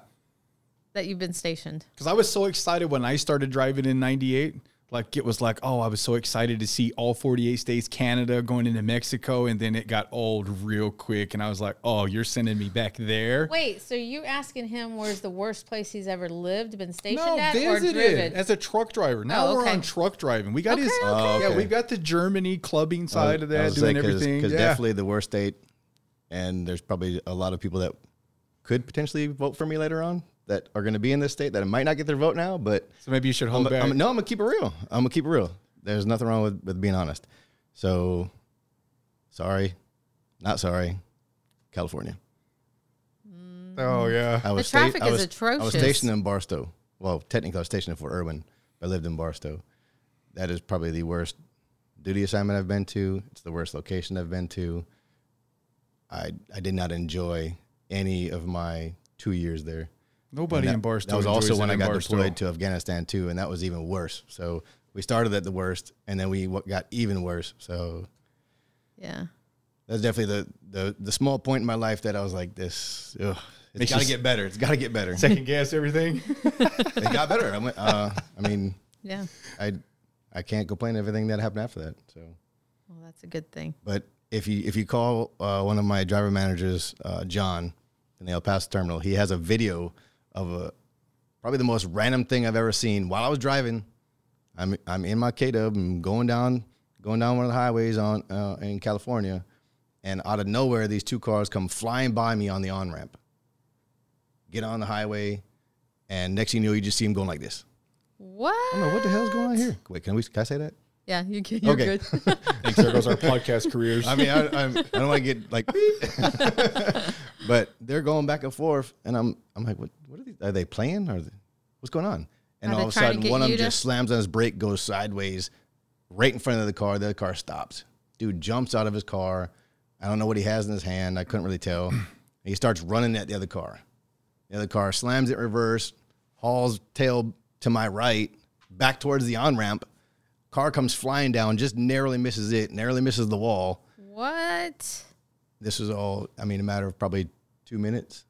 Speaker 2: that you've been stationed.
Speaker 1: Because I was so excited when I started driving in 98. Like it was like, oh, I was so excited to see all 48 states, Canada going into Mexico. And then it got old real quick. And I was like, oh, you're sending me back there.
Speaker 2: Wait, so you asking him where's the worst place he's ever lived, been stationed
Speaker 1: no,
Speaker 2: at, or
Speaker 1: visited
Speaker 2: driven?
Speaker 1: as a truck driver. Now
Speaker 2: Oh,
Speaker 1: we're
Speaker 2: okay.
Speaker 1: on truck driving. We got his, uh,
Speaker 2: Okay,
Speaker 4: okay.
Speaker 1: yeah, we've got the Germany
Speaker 4: Oh,
Speaker 1: clubbing side of that, doing everything.
Speaker 4: Because
Speaker 1: yeah.
Speaker 4: definitely the worst state, and there's probably a lot of people that could potentially vote for me later on that are going to be in this state that might not get their vote now, but
Speaker 1: So maybe you should hold
Speaker 4: I'm,
Speaker 1: back.
Speaker 4: I'm- no, I'm gonna keep it real. I'm gonna keep it real. There's nothing wrong with, with being honest. So, sorry, not sorry, California.
Speaker 1: oh yeah.
Speaker 4: I was
Speaker 2: traffic
Speaker 4: I
Speaker 2: is
Speaker 4: was- I was
Speaker 2: atrocious.
Speaker 4: stationed in Barstow. Well, technically, I was stationed for Irwin, but I lived in Barstow. That is probably the worst duty assignment I've been to. It's the worst location I've been to. I I did not enjoy any of my two years there.
Speaker 1: Nobody
Speaker 4: That-
Speaker 1: in Barstow.
Speaker 4: That was
Speaker 1: enjoys
Speaker 4: also
Speaker 1: it
Speaker 4: when I
Speaker 1: in
Speaker 4: got
Speaker 1: Barstow.
Speaker 4: deployed to Afghanistan too, and that was even worse. So we started at the worst, and then we wa- got even worse. So
Speaker 2: yeah.
Speaker 4: that's definitely the the, the small point in my life that I was like, this. Ugh, it's
Speaker 1: Makes you
Speaker 4: got to
Speaker 1: s-
Speaker 4: get better. It's got to get better.
Speaker 1: Second guess everything.
Speaker 4: it got better. I went. Uh, I mean,
Speaker 2: Yeah.
Speaker 4: I I can't complain everything that happened after that. So,
Speaker 2: Well, that's a good thing.
Speaker 4: but if you if you call uh, one of my driver managers, uh, John, in the El Paso terminal, he has a video of a probably the most random thing I've ever seen while I was driving. I'm I'm in my K Dub. I'm going down going down one of the highways on uh, in California, And out of nowhere, these two cars come flying by me on the on ramp. Get on the highway, and next thing you know, you just see them going like this.
Speaker 2: What?
Speaker 4: I'm like, what the hell's going on here? Wait, can we? Can I say that?
Speaker 2: Yeah, you, can- you're
Speaker 4: Okay.
Speaker 2: good.
Speaker 1: There goes our podcast careers.
Speaker 4: I mean, I, I'm, I don't want to get like, but they're going back and forth, and I'm, I'm like, what, what are they? Are they playing? Are they, what's going on? And
Speaker 2: Are they
Speaker 4: all of a
Speaker 2: trying to
Speaker 4: sudden,
Speaker 2: get
Speaker 4: one of
Speaker 2: you
Speaker 4: them
Speaker 2: to-
Speaker 4: just slams on his brake, goes sideways, right in front of the car. The other car stops. Dude jumps out of his car. I don't know what he has in his hand. I couldn't really tell. And he starts running at the other car. The other car slams it reverse, hauls tail to my right, back towards the on ramp. Car comes flying down, just narrowly misses it, narrowly misses the wall
Speaker 2: what?
Speaker 4: this was all i mean a matter of probably two minutes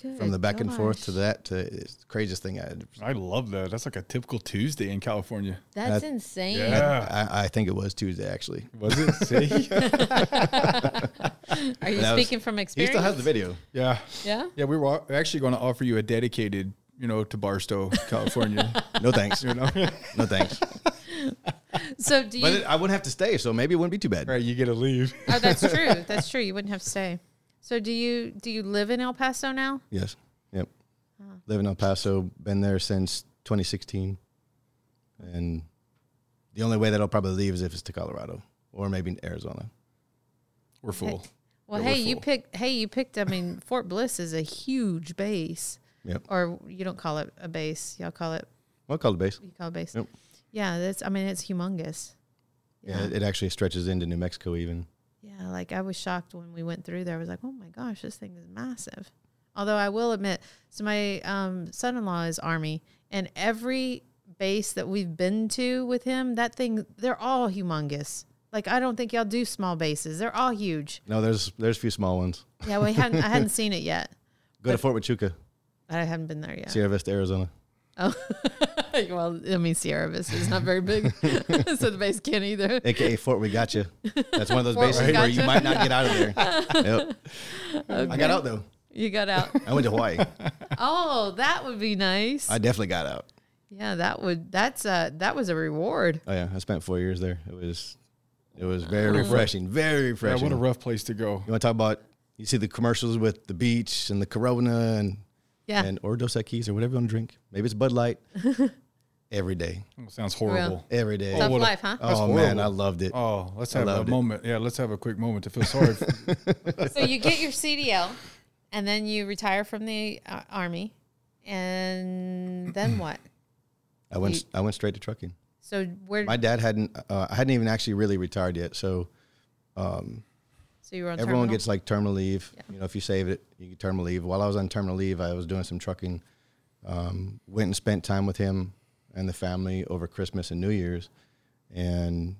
Speaker 2: Good
Speaker 4: from the back and forth to
Speaker 2: gosh.
Speaker 4: that to it's the craziest thing i had
Speaker 1: I love that. That's like a typical Tuesday in California.
Speaker 2: That's insane.
Speaker 1: Yeah.
Speaker 4: I, I think it was tuesday actually
Speaker 1: Was it? See?
Speaker 2: Are you
Speaker 4: That was-
Speaker 2: speaking from
Speaker 4: he
Speaker 2: experience?
Speaker 4: still has the video
Speaker 1: yeah.
Speaker 2: yeah.
Speaker 1: Yeah, we were au- actually going to offer you a dedicated, you know, to Barstow, California.
Speaker 4: no thanks
Speaker 1: you know,
Speaker 4: no thanks
Speaker 2: So do you?
Speaker 4: but it, i wouldn't have to stay so maybe it wouldn't be too bad
Speaker 1: right? You get to leave.
Speaker 2: oh, that's true. That's true. You wouldn't have to stay. So do you? Do you live in El Paso now?
Speaker 4: yes yep live in el paso been there since 2016 and the only way that i'll probably leave is if it's to colorado or maybe arizona
Speaker 1: We're full.
Speaker 2: Well,
Speaker 1: Yeah, we're
Speaker 2: hey, you
Speaker 1: full.
Speaker 2: picked. Hey, you picked. I mean, Fort Bliss is a huge base,
Speaker 4: yep
Speaker 2: or you don't call it a base. Y'all call it.
Speaker 4: well call it base
Speaker 2: You call it base.
Speaker 4: Yep.
Speaker 2: Yeah, that's. I mean, it's humongous.
Speaker 4: yeah it, it actually stretches into new mexico even
Speaker 2: Yeah, like I was shocked when we went through there. I was like, oh my gosh, this thing is massive. Although I will admit, so my um, son in law is Army, and every base that we've been to with him, that thing, they're all humongous. Like, I don't think y'all do small bases, they're all huge.
Speaker 4: no there's there's a few small ones
Speaker 2: Yeah, we hadn't, I hadn't seen it yet.
Speaker 4: go to fort huachuca
Speaker 2: I haven't been there yet.
Speaker 4: sierra vista arizona
Speaker 2: Oh, well, I mean, Sierra Vista is not very big, so the base can't either.
Speaker 4: aka Fort We Got You. That's one of those
Speaker 2: Fort
Speaker 4: bases
Speaker 2: We
Speaker 4: where
Speaker 2: Got
Speaker 4: you
Speaker 2: Ya.
Speaker 4: might not get out of there. Yep. I got out though.
Speaker 2: You got out.
Speaker 4: I went to Hawaii.
Speaker 2: Oh, that would be nice.
Speaker 4: I definitely got out.
Speaker 2: Yeah, that would that's a that was a reward.
Speaker 4: Oh yeah, I spent four years there. It was, it was very refreshing. Very
Speaker 1: Yeah,
Speaker 4: refreshing.
Speaker 1: what a rough place to go.
Speaker 4: you want to talk about? You see the commercials with the beach and the Corona and
Speaker 2: Yeah,
Speaker 4: and or Dos Equis or whatever you want to drink. Maybe it's Bud Light. every day,
Speaker 1: Oh, sounds horrible.
Speaker 4: every day.
Speaker 2: tough
Speaker 4: Oh,
Speaker 1: what a-
Speaker 2: life, huh?
Speaker 4: man,
Speaker 1: horrible.
Speaker 4: I loved it.
Speaker 1: Oh, let's have a
Speaker 4: loved it.
Speaker 1: moment. Yeah, let's have a quick moment to feel sorry. For.
Speaker 2: so you get your CDL, and then you retire from the uh, army, and then what?
Speaker 4: I went I went straight to trucking.
Speaker 2: So where?
Speaker 4: My dad hadn't uh, I hadn't even actually really retired yet, so.
Speaker 2: so you were on
Speaker 4: Everyone
Speaker 2: terminal?
Speaker 4: gets like terminal leave. You know, if you save it, you get terminal leave. While I was on terminal leave, I was doing some trucking. Um, went and spent time with him and the family over Christmas and New Year's, and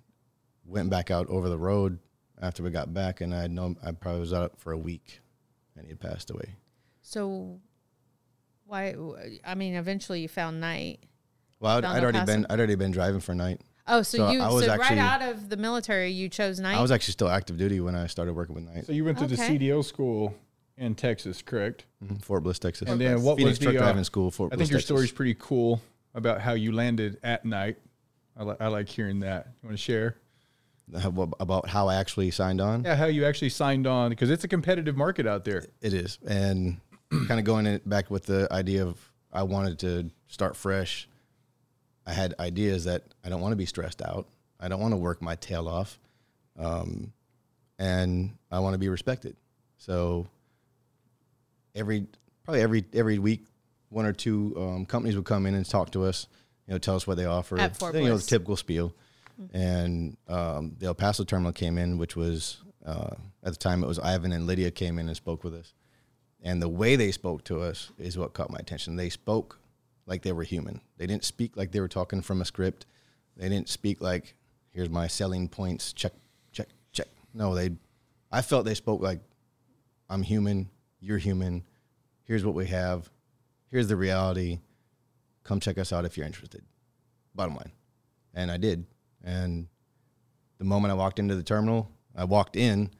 Speaker 4: went back out over the road after we got back. And I had known I probably was out for a week, and he had passed away.
Speaker 2: So why? I mean, eventually you found night.
Speaker 4: Well, I'd,
Speaker 2: Found
Speaker 4: I'd
Speaker 2: El
Speaker 4: already
Speaker 2: Paso.
Speaker 4: been I'd already been driving for a night.
Speaker 2: Oh, so,
Speaker 4: So
Speaker 2: you
Speaker 4: I
Speaker 2: so
Speaker 4: was actually-
Speaker 2: right out of the military, you chose night.
Speaker 4: I was actually still active duty when I started working with Night
Speaker 1: So you went to
Speaker 2: Okay.
Speaker 1: the CDO school in Texas, correct?
Speaker 4: in Mm-hmm. Fort Bliss, Texas.
Speaker 1: And then what
Speaker 4: Phoenix
Speaker 1: was the?
Speaker 4: Truck
Speaker 1: uh,
Speaker 4: Driving School, Fort
Speaker 1: I
Speaker 4: Bliss,
Speaker 1: think your
Speaker 4: Texas.
Speaker 1: story's pretty cool about how you landed at night. I, li- I like hearing that. You want to share?
Speaker 4: about how I actually signed on.
Speaker 1: Yeah, how you actually signed on because it's a competitive market out there.
Speaker 4: It is, and kind of going in back with the idea of I wanted to start fresh. I had ideas that I don't want to be stressed out. I don't want to work my tail off, um, and I want to be respected. So every probably every every week, one or two um, companies would come in and talk to us. You know, tell us what they offer.
Speaker 2: At Fort
Speaker 4: you know, the
Speaker 2: Bliss. Mm-hmm.
Speaker 4: typical spiel. And um, the El Paso terminal came in, which was uh, at the time it was Ivan and Lydia came in and spoke with us. And the way they spoke to us is what caught my attention. They spoke like they were human. They didn't speak like they were talking from a script. They didn't speak like, "Here's my selling points." Check, check, check. No, they. I felt they spoke like, "I'm human. You're human. Here's what we have. Here's the reality. Come check us out if you're interested." Bottom line, and I did. And the moment I walked into the terminal, I walked in,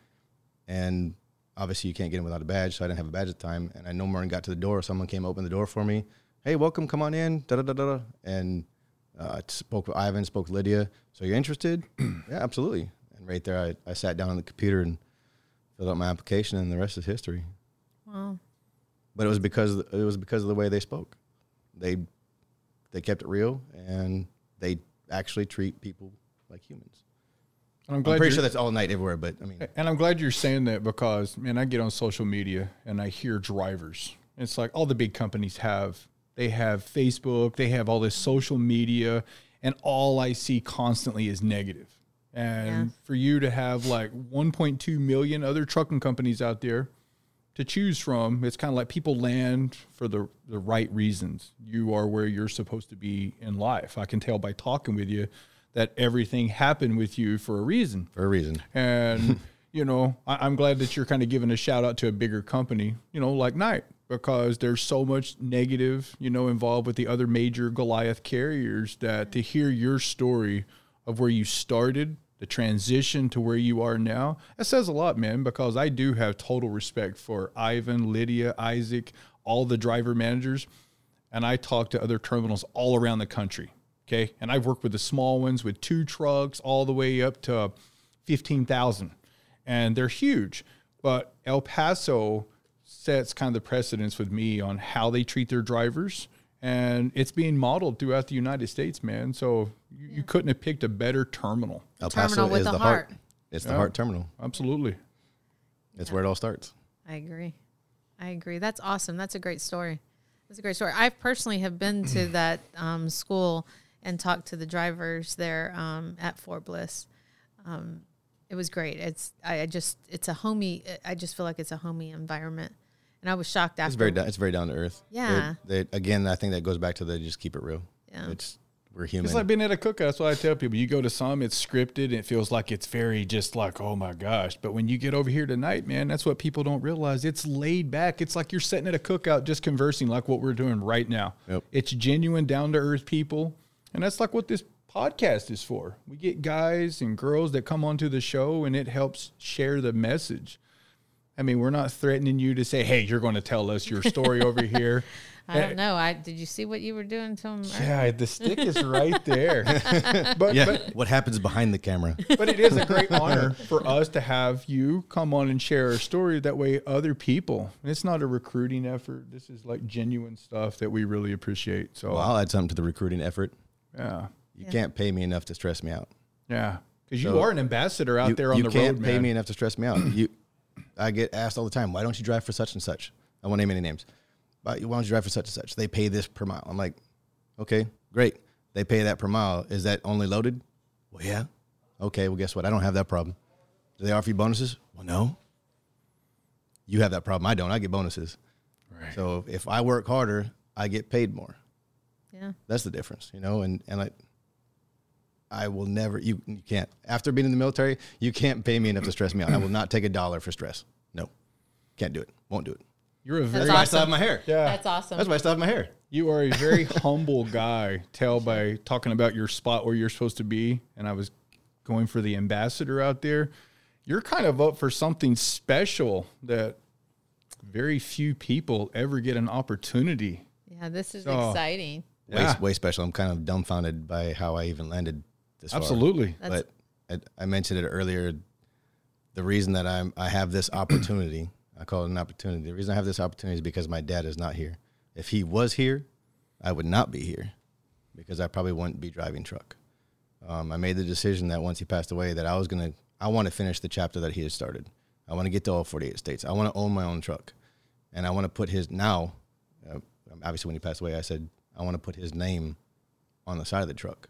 Speaker 4: and obviously you can't get in without a badge, so I didn't have a badge at the time. And I no more and got to the door. Someone came open the door for me. Hey, welcome, come on in. Da da da da. da. And uh, I spoke with Ivan, spoke to Lydia. So you're interested? yeah, absolutely. And right there, I, I sat down on the computer and filled out my application, and the rest is history.
Speaker 2: Wow.
Speaker 4: But it was because it was because of the way they spoke. They they kept it real, and they actually treat people like humans.
Speaker 1: And I'm
Speaker 4: I'm
Speaker 1: glad
Speaker 4: pretty
Speaker 1: you're,
Speaker 4: sure that's all night everywhere, but I mean,
Speaker 1: and I'm glad you're saying that because man, I get on social media and I hear drivers. It's like all the big companies have they have Facebook, they have all this social media, and all I see constantly is negative. And
Speaker 2: Yeah.
Speaker 1: for you to have like 1.2 million other trucking companies out there to choose from, it's kind of like people land for the, the right reasons. You are where you're supposed to be in life. I can tell by talking with you that everything happened with you for a reason
Speaker 4: for a reason.
Speaker 1: and you know I, i'm glad that you're kind of giving a shout out to a bigger company you know like knight because there's so much negative you know involved with the other major goliath carriers that to hear your story of where you started the transition to where you are now that says a lot man because i do have total respect for ivan lydia isaac all the driver managers and I talk to other terminals all around the country. Okay. And I've worked with the small ones with two trucks all the way up to 15,000. And they're huge. But El Paso sets kind of the precedence with me on how they treat their drivers. And it's being modeled throughout the United States, man. So you, you couldn't have picked a better terminal.
Speaker 4: El
Speaker 2: Terminal with a heart.
Speaker 4: It's the heart terminal.
Speaker 1: Absolutely.
Speaker 4: It's where it all starts.
Speaker 2: I agree. I agree. That's awesome. That's a great story. That's a great story. I personally have been to that um, school and talked to the drivers there um, at Fort Bliss. Um, it was great. It's I, I just it's a homey. I just feel like it's a homey environment, and I was shocked after.
Speaker 4: It's very down, it's very down to earth. They-
Speaker 2: Yeah.
Speaker 4: They, again, I think that goes back to they just keep it real.
Speaker 2: Yeah.
Speaker 4: It's we're human.
Speaker 1: It's like being at a cookout. That's what I tell people. You go to some, it's scripted, and it feels like it's very just like, oh my gosh. But when you get over here tonight, man, that's what people don't realize. It's laid back. It's like you're sitting at a cookout just conversing like what we're doing right now.
Speaker 4: Yep.
Speaker 1: It's genuine, down to earth people. And that's like what this podcast is for. We get guys and girls that come onto the show and it helps share the message. I mean, we're not threatening you to say, hey, you're going to tell us your story over here. Eh,
Speaker 2: I don't know. I did you see what you were doing to them?
Speaker 1: Yeah, the stick is right there. but,
Speaker 4: yeah.
Speaker 1: but
Speaker 4: what happens behind the camera?
Speaker 1: but it is a great honor for us to have you come on and share our story. That way, other people. And it's not a recruiting effort. This is like genuine stuff that we really appreciate. So
Speaker 4: well, I'll add something to the recruiting effort.
Speaker 1: yeah,
Speaker 4: You can't pay me enough to stress me out.
Speaker 1: yeah, because you
Speaker 4: So-
Speaker 1: are an ambassador out
Speaker 4: you,
Speaker 1: there on
Speaker 4: you
Speaker 1: the
Speaker 4: can't
Speaker 1: road,
Speaker 4: pay
Speaker 1: man.
Speaker 4: me enough to stress me out. You, I get asked all the time, why don't you drive for such and such? I won't name any names. Why, why don't you drive for such and such? They pay this per mile. I'm like, okay, great. They pay that per mile. Is that only loaded? Well, yeah. Okay, well, guess what? I don't have that problem. Do they offer you bonuses? Well, no. You have that problem. I don't. I get bonuses.
Speaker 1: Right.
Speaker 4: So if I work harder, I get paid more.
Speaker 2: Yeah.
Speaker 4: That's the difference, you know. And and I, I will never. You you can't. After being in the military, you can't pay me enough to stress me out. I will not take a dollar for stress. No, can't do it. Won't do it.
Speaker 1: You're a very
Speaker 4: That's why I
Speaker 2: awesome.
Speaker 4: still have my hair.
Speaker 1: yeah.
Speaker 2: That's awesome.
Speaker 4: That's why I still have my hair.
Speaker 1: You are a very humble guy. Tell by talking about your spot where you're supposed to be, and I was going for the ambassador out there. You're kind of up for something special that very few people ever get an opportunity.
Speaker 2: yeah, this is
Speaker 4: Oh.
Speaker 1: So-
Speaker 2: exciting.
Speaker 1: Yeah.
Speaker 4: Way, way special. I'm kind of dumbfounded by how I even landed this. far.
Speaker 1: Absolutely.
Speaker 2: That's-
Speaker 4: but I, I mentioned it earlier. The reason that I'm I have this opportunity, I call it an opportunity. The reason I have this opportunity is because my dad is not here. If he was here, I would not be here because I probably wouldn't be driving truck. Um, I made the decision that once he passed away, that I was gonna I want to finish the chapter that he had started. I want to get to all 48 states. I want to own my own truck, and I want to put his now. Uh, obviously, when he passed away, I said I want to put his name on the side of the truck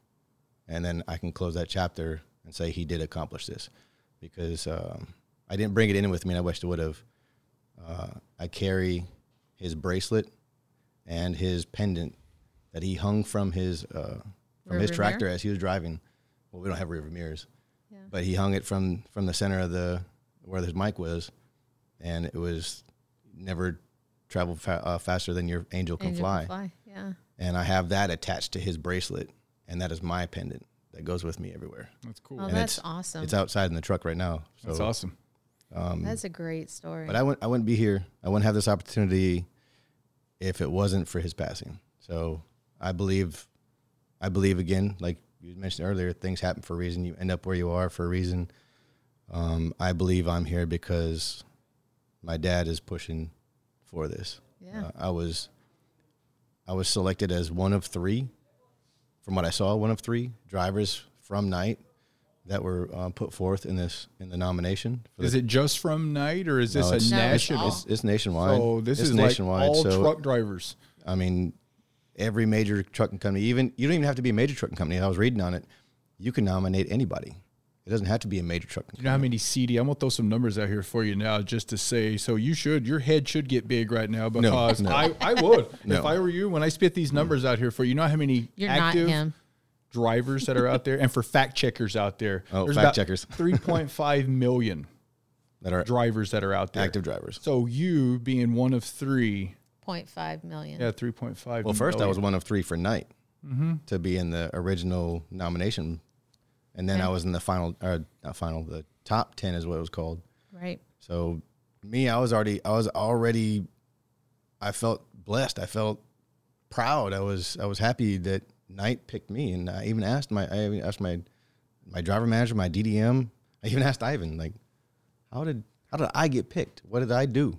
Speaker 4: and then I can close that chapter and say he did accomplish this because um, I didn't bring it in with me and I wished I would have. Uh, I carry his bracelet and his pendant that he hung from his uh, from his
Speaker 2: Rearview mirror?
Speaker 4: tractor as he was driving. Well, we don't have rear view mirrors, but he hung it from from the center of the where his mic was, and it was never travel fa- uh, faster than your angel can
Speaker 2: Angel can
Speaker 4: fly
Speaker 2: fly. Yeah.
Speaker 4: and I have that attached to his bracelet, and that is my pendant that goes with me everywhere.
Speaker 1: That's cool.
Speaker 2: Oh,
Speaker 4: And
Speaker 2: that's
Speaker 4: it's-
Speaker 2: awesome.
Speaker 4: It's outside in the truck right now. So,
Speaker 1: That's awesome.
Speaker 2: that's a great story.
Speaker 4: but I wouldn't, I wouldn't be here. I wouldn't have this opportunity if it wasn't for his passing. So I believe, I believe again, like you mentioned earlier, things happen for a reason. You end up where you are for a reason. Um, I believe I'm here because my dad is pushing for this.
Speaker 2: Yeah.
Speaker 4: Uh, I was I was selected as one of three, from what I saw, one of three drivers from Knight that were uh, put forth in this in the nomination. For
Speaker 1: Is
Speaker 4: the,
Speaker 1: it just from night or is this
Speaker 4: it's-
Speaker 1: a
Speaker 4: No,
Speaker 2: it's
Speaker 1: national?
Speaker 2: all-
Speaker 4: It's, it's nationwide.
Speaker 1: So this
Speaker 4: It's
Speaker 1: is like all truck drivers.
Speaker 4: I mean, every major trucking company, even you don't even have to be a major trucking company. I was reading on it. You can nominate anybody. It doesn't have to be a major trucking
Speaker 1: You
Speaker 4: company.
Speaker 1: know how many CD? I'm gonna throw some numbers out here for you now, just to say. So you should, your head should get big right now because
Speaker 4: no.
Speaker 1: I, I would
Speaker 4: No. Mm.
Speaker 1: if I were you when I spit these numbers out here for you. You know how many
Speaker 2: You're
Speaker 1: active
Speaker 2: not him.
Speaker 1: drivers that are out there, and for fact checkers out there,
Speaker 4: Oh,
Speaker 1: there's
Speaker 4: fact
Speaker 1: about
Speaker 4: checkers.
Speaker 1: 3.5 million
Speaker 4: That are
Speaker 1: drivers that are out there.
Speaker 4: active drivers.
Speaker 1: So you being one of three,
Speaker 2: 0.5 million.
Speaker 1: yeah, 3.5.
Speaker 4: Well, first I was one of three for Knight to be in the original nomination, and then I was in the final, or not final, the top ten is what it was called.
Speaker 2: Right.
Speaker 4: So me, I was already, I was already, I felt blessed. I felt proud. I was, I was happy that Knight picked me, and I even asked my, I even asked my, my driver manager, my DDM. I even asked Ivan, like, how did, how did I get picked? What did I do?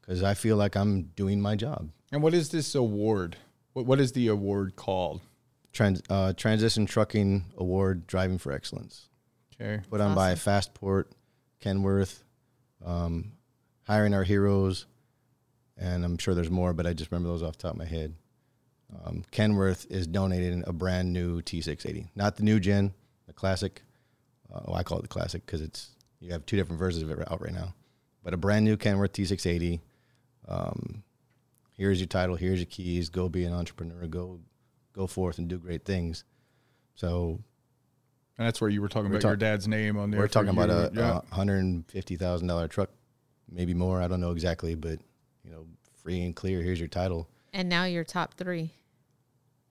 Speaker 4: Because I feel like I'm doing my job.
Speaker 1: And what is this award? What, what is the award called?
Speaker 4: Trans, uh, Transition Trucking Award, Driving for Excellence,
Speaker 1: Okay.
Speaker 4: put on by Fastport, Kenworth, um, Hiring Our Heroes, and I'm sure there's more, but I just remember those off the top of my head. Um, Kenworth is donating a brand new T680, not the new gen, the classic. Uh, well, I call it the classic because it's you have two different versions of it out right now, but a brand new Kenworth T680. Um, here's your title, here's your keys. Go be an entrepreneur. Go, go forth and do great things. So
Speaker 1: And that's where you were talking about
Speaker 4: talk-
Speaker 1: your dad's name on there.
Speaker 4: we're
Speaker 1: for
Speaker 4: talking about
Speaker 1: you.
Speaker 4: a, uh,
Speaker 1: yeah.
Speaker 4: a hundred and fifty thousand dollar truck, maybe more. I don't know exactly, but you know, free and clear. Here's your title.
Speaker 2: And now your top three,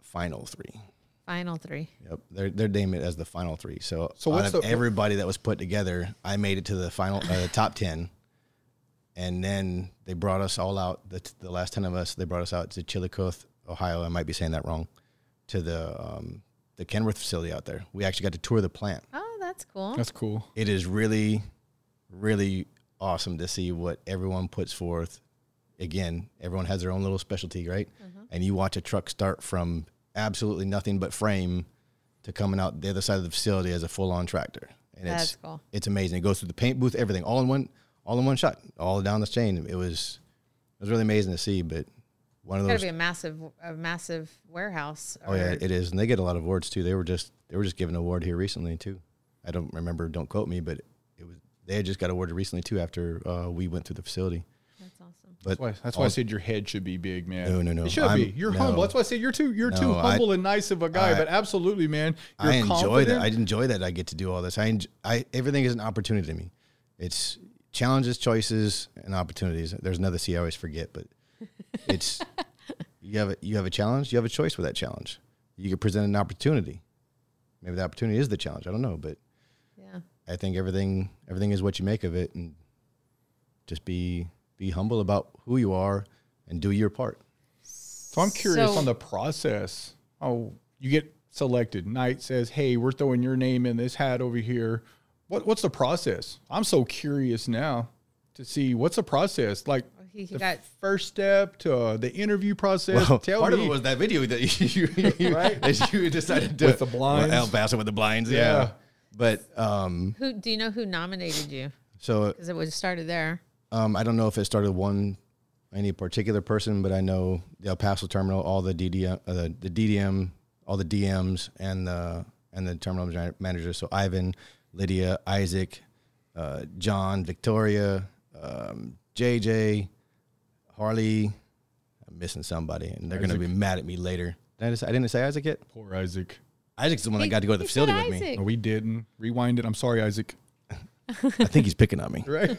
Speaker 4: Final three.
Speaker 2: final three.
Speaker 4: Yep, they're they're naming it as the final three. So,
Speaker 1: So
Speaker 4: out
Speaker 1: what's
Speaker 4: of
Speaker 1: the-
Speaker 4: everybody that was put together, I made it to the final uh, the top ten, and then they brought us all out. The, the last ten of us, they brought us out to Chillicothe, Ohio. I might be saying that wrong. To the um, the Kenworth facility out there, we actually got to tour the plant.
Speaker 2: Oh, that's cool.
Speaker 1: That's cool.
Speaker 4: it is really, really awesome to see what everyone puts forth. Again, everyone has their own little specialty, right?
Speaker 2: Mm-hmm.
Speaker 4: And you watch a truck start from absolutely nothing but frame to coming out the other side of the facility as a full-on tractor, and
Speaker 2: That's
Speaker 4: it's
Speaker 2: cool.
Speaker 4: it's amazing. It goes through the paint booth, everything, all in one, all in one shot, all down the chain. It was, it was really amazing to see. But one of
Speaker 2: Got to
Speaker 4: those,
Speaker 2: be a massive, a massive warehouse.
Speaker 4: oh yeah, it is, and they get a lot of awards too. They were just they were just given an award here recently too. I don't remember, don't quote me, but it was they had just got awarded recently too after uh, we went through the facility.
Speaker 2: that's awesome.
Speaker 4: But
Speaker 1: That's why, that's why I said your head should be big, man.
Speaker 4: No, no, no.
Speaker 1: It should
Speaker 4: I'm-
Speaker 1: be. You're
Speaker 4: no.
Speaker 1: humble. That's why I said you're too. You're too
Speaker 4: No, I-
Speaker 1: humble and nice of a guy.
Speaker 4: I-
Speaker 1: but absolutely, man. You're
Speaker 4: I enjoy
Speaker 1: confident.
Speaker 4: that. I enjoy that I get to do all this. I, enj- I everything is an opportunity to me. It's challenges, choices, and opportunities. There's another C I always forget, but it's you have a, you have a challenge. You have a choice with that challenge. You can present an opportunity. Maybe the opportunity is the challenge. I don't know, but
Speaker 2: Yeah.
Speaker 4: I think everything everything is what you make of it, and just be be humble about who you are and do your part.
Speaker 1: so I'm curious
Speaker 2: So-
Speaker 1: on the process. Oh, you get selected. Knight says, "Hey, we're throwing your name in this hat over here." What What's the process? I'm so curious now to see what's the process like.
Speaker 2: He
Speaker 1: The
Speaker 2: got
Speaker 1: first step to uh, the interview process. Tell
Speaker 4: part
Speaker 1: me.
Speaker 4: of it was that video that you, you, you-
Speaker 1: Right?
Speaker 4: that you decided to
Speaker 1: With the blinds.
Speaker 4: El Paso with the blinds. Yeah.
Speaker 1: Yeah.
Speaker 4: But um,
Speaker 2: who? Do you know who nominated you?
Speaker 4: so
Speaker 2: Because it would have started there.
Speaker 4: um, I don't know if it started one any particular person, but I know the El Paso terminal, all the DDM, uh, the, the DDM, all the DMs, and the and the terminal man- managers. So Ivan, Lydia, Isaac, uh, John, Victoria, um, JJ, Harley. I'm missing somebody, and they're going to be mad at me later. Did I, just, I didn't say Isaac yet.
Speaker 1: Poor Isaac.
Speaker 4: Isaac's the one that
Speaker 2: He-
Speaker 4: got to go to the
Speaker 2: he said
Speaker 4: facility with me. Oh.
Speaker 2: Isaac.
Speaker 1: No, we didn't. Rewind it. I'm sorry, Isaac.
Speaker 4: I think he's picking on me.
Speaker 1: Right.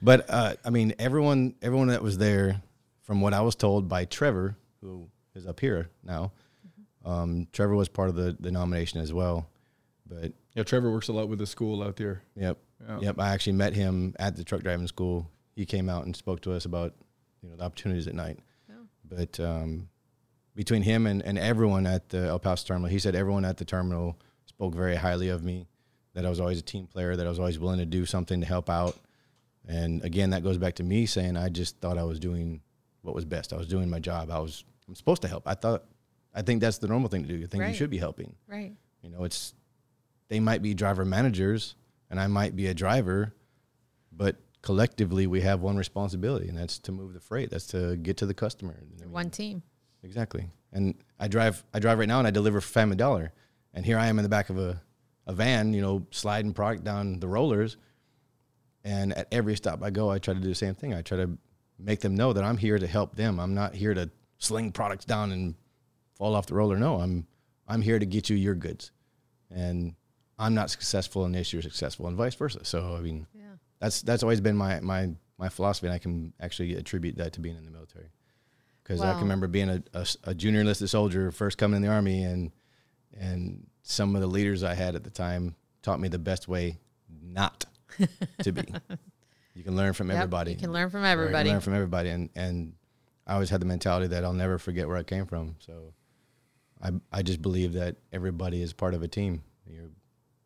Speaker 4: But uh, I mean, everyone, everyone that was there, from what I was told by Trevor, who is up here now, um, Trevor was part of the, the nomination as well. But
Speaker 1: Yeah, Trevor works a lot with the school out there.
Speaker 4: yep, yep, I actually met him at the truck driving school. He came out and spoke to us about you know the opportunities at night. But um, between him and, and everyone at the El Paso terminal, he said everyone at the terminal spoke very highly of me, that I was always a team player, that I was always willing to do something to help out. And again, that goes back to me saying I just thought I was doing what was best. I was doing my job. I was I'm supposed to help. I thought I think that's the normal thing to do. You think
Speaker 2: Right.
Speaker 4: you should be helping.
Speaker 2: Right.
Speaker 4: You know, it's they might be driver managers and I might be a driver, but collectively we have one responsibility and that's to move the freight. That's to get to the customer. I mean,
Speaker 2: One team.
Speaker 4: Exactly. And I drive I drive right now and I deliver for Family Dollar. And here I am in the back of a, a van, you know, sliding product down the rollers. And at every stop I go, I try to do the same thing. I try to make them know that I'm here to help them. I'm not here to sling products down and fall off the roller. No, I'm I'm here to get you your goods. And I'm not successful unless you're successful and vice versa. So I mean
Speaker 2: Yeah.
Speaker 4: that's that's always been my my my philosophy, and I can actually attribute that to being in the military. Because I
Speaker 2: Wow.
Speaker 4: can remember being a, a s- a junior enlisted soldier, first coming in the army, and and some of the leaders I had at the time taught me the best way not to be. You can learn from
Speaker 2: Yep,
Speaker 4: everybody.
Speaker 2: You can learn from
Speaker 4: Right, you
Speaker 2: everybody.
Speaker 4: learn from everybody, and and I always had the mentality that I'll never forget where I came from. So I I just believe that everybody is part of a team. You're,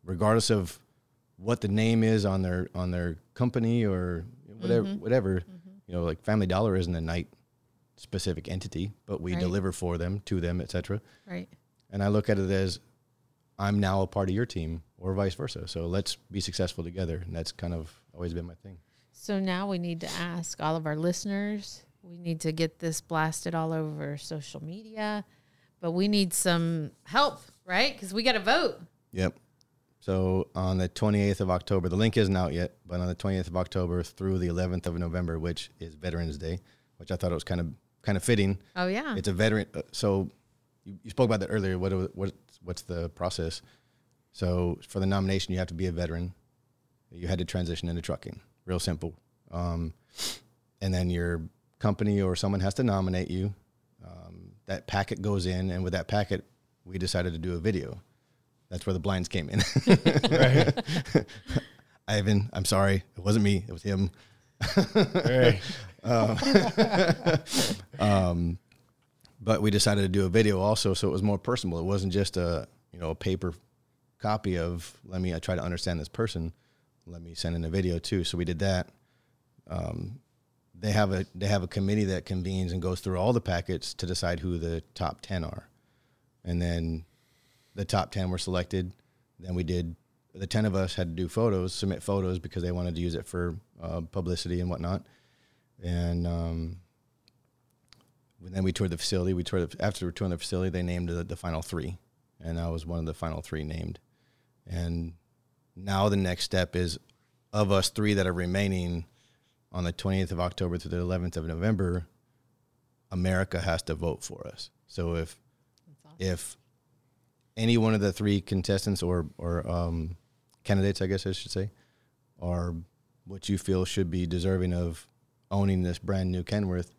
Speaker 4: regardless of what the name is on their on their company or whatever
Speaker 2: Mm-hmm.
Speaker 4: whatever you know like Family Dollar isn't a night specific entity, but we
Speaker 2: Right.
Speaker 4: deliver for them to them, etc.
Speaker 2: right.
Speaker 4: And I look at it as I'm now a part of your team, or vice versa. So let's be successful together, and that's kind of always been my thing.
Speaker 2: So now we need to ask all of our listeners. We need to get this blasted all over social media, but we need some help, right? Because we got to vote.
Speaker 4: Yep. So on the 28th of October, the link isn't out yet, but on the 28th of October through the 11th of November, which is Veterans Day, which I thought it was kind of kind of fitting.
Speaker 2: Oh yeah.
Speaker 4: It's a veteran. uh, So you, you spoke about that earlier. What do- what what's the process? So for the nomination, you have to be a veteran. You had to transition into trucking. Real simple. Um, and then your company or someone has to nominate you. Um, that packet goes in, and with that packet, we decided to do a video. That's where the blinds came in. Ivan, I'm sorry, it wasn't me. It was him.
Speaker 1: Hey,
Speaker 4: but we decided to do a video also so it was more personal it wasn't just a you know a paper copy of let me i try to understand this person let me send in a video too so we did that um, they have a they have a committee that convenes and goes through all the packets to decide who the top 10 are and then the top 10 were selected then we did the 10 of us had to do photos submit photos because they wanted to use it for uh, publicity and whatnot and um, and then we toured the facility. We toured the, after touring the facility, they named the, the final three, and I was one of the final three named. And now the next step is of us three that are remaining on the 20th of October to the 11th of November. America has to vote for us. So if if any one of the three contestants or or um, candidates, I guess I should say, are what you feel should be deserving of owning this brand new Kenworth,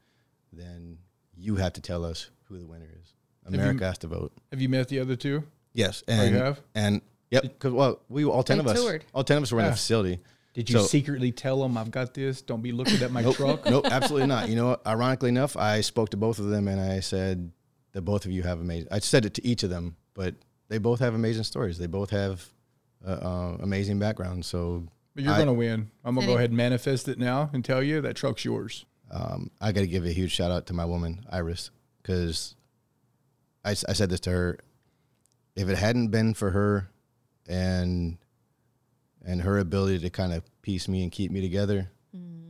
Speaker 4: then you have to tell us who the winner is.
Speaker 1: you-
Speaker 4: America has to vote.
Speaker 1: have you met the other two?
Speaker 4: Yes, and
Speaker 1: have?
Speaker 4: and yep, Oh, Ah. because well, we all ten
Speaker 2: They
Speaker 4: of us,
Speaker 2: toured.
Speaker 4: all ten of us were in
Speaker 1: Yeah.
Speaker 4: the facility.
Speaker 1: Did you
Speaker 4: So-
Speaker 1: secretly tell them I've got this? Don't be looking at my truck.
Speaker 4: nope, absolutely not. You know, ironically enough, I spoke to both of them and I said that both of you have amazing. I said it to each of them, but they both have amazing stories. They both have uh, uh, amazing backgrounds. So
Speaker 1: But you're
Speaker 4: I-
Speaker 1: gonna win. I'm gonna go
Speaker 2: Any-
Speaker 1: ahead and manifest it now and tell you that truck's yours.
Speaker 4: um, I got to give a huge shout out to my woman Iris because I, s- I said this to her. If it hadn't been for her and and her ability to kind of piece me and keep me together,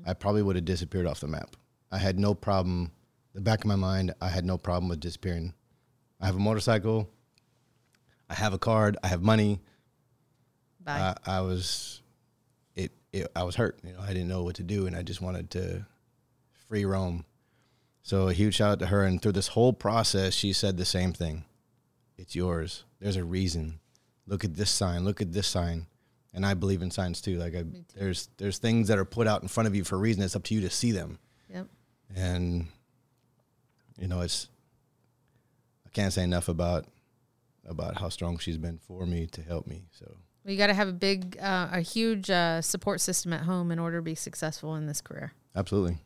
Speaker 4: I probably would have disappeared off the map. I had no problem. The back of my mind, I had no problem with disappearing. I have a motorcycle. I have a card. I have money.
Speaker 2: Bye.
Speaker 4: I, I was it, it I was hurt. You know, I didn't know what to do, and I just wanted to free roam. So a huge shout out to her. And through this whole process, she said the same thing: "It's yours. There's a reason. Look at this sign. Look at this sign." And I believe in signs too. Like I, there's there's things that are put out in front of you for a reason. It's up to you to see them.
Speaker 2: yep.
Speaker 4: And you know, it's I can't say enough about about how strong she's been for me to help me. So
Speaker 2: We got to have a big, uh, a huge uh, support system at home in order to be successful in this career.
Speaker 4: Absolutely.